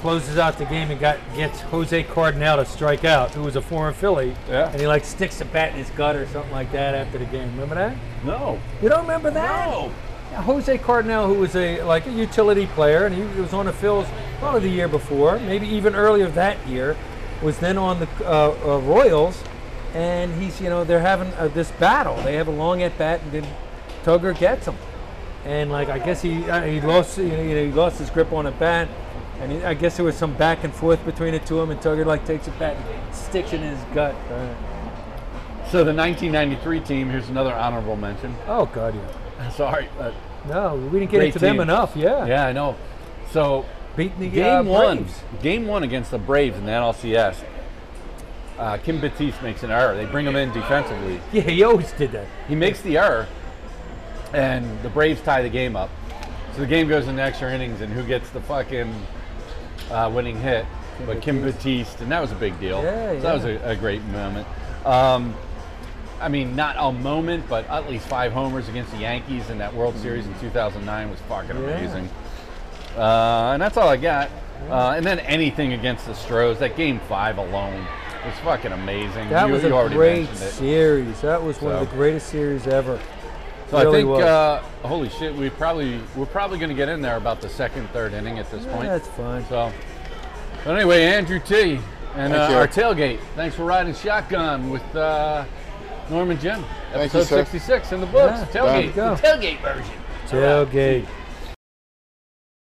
closes out the game and got gets Jose Cardinal to strike out, who was a former Philly.
Yeah.
And he like sticks a bat in his gut or something like that after the game. Remember that?
No.
You don't remember that?
No.
Yeah, Jose Cardinal, who was a like a utility player, and he was on the Phils probably the year before, maybe even earlier that year, was then on the uh, uh, Royals, and he's you know they're having uh, this battle. They have a long at bat, and then Tugger gets him, and like I guess he uh, he lost you know, you know, he lost his grip on a bat, and he, I guess there was some back and forth between the two of them, and Tugger like takes a bat and sticks it in his gut.
So the 1993 team. Here's another honorable mention.
Oh God, yeah.
Sorry. but-
No, we didn't get
Great
into
team.
them enough. Yeah,
yeah, I know. So
beating the
game
uh,
one,
Braves.
game one against the Braves in the NLCS. Uh, Kim Batiste makes an error. They bring him in defensively.
Yeah, he always did that.
He makes the error, and the Braves tie the game up. So the game goes into extra innings, and who gets the fucking uh, winning hit? But Kim Batiste, and that was a big deal.
Yeah,
so that was
yeah.
a, a great moment. Um, I mean, not a moment, but at least five homers against the Yankees in that World Series in 2009 was fucking
Yeah.
amazing. Uh, and that's all I got. Uh, and then anything against the Stros, that game five alone was fucking amazing.
That
you,
was
you
a
already
great
mentioned it.
series. That was one of
So.
the greatest series ever.
So
Really
I think,
was.
uh, holy shit, we probably we're probably going to get in there about the second, third inning at this point.
That's fine.
So, but anyway, Andrew T. and
Thank
uh,
you.
our tailgate. Thanks for riding shotgun with uh, Norman Jim.
Thank you,
Episode
sir.
66 in the books.
Yeah,
tailgate,
there you
the tailgate version.
Tailgate.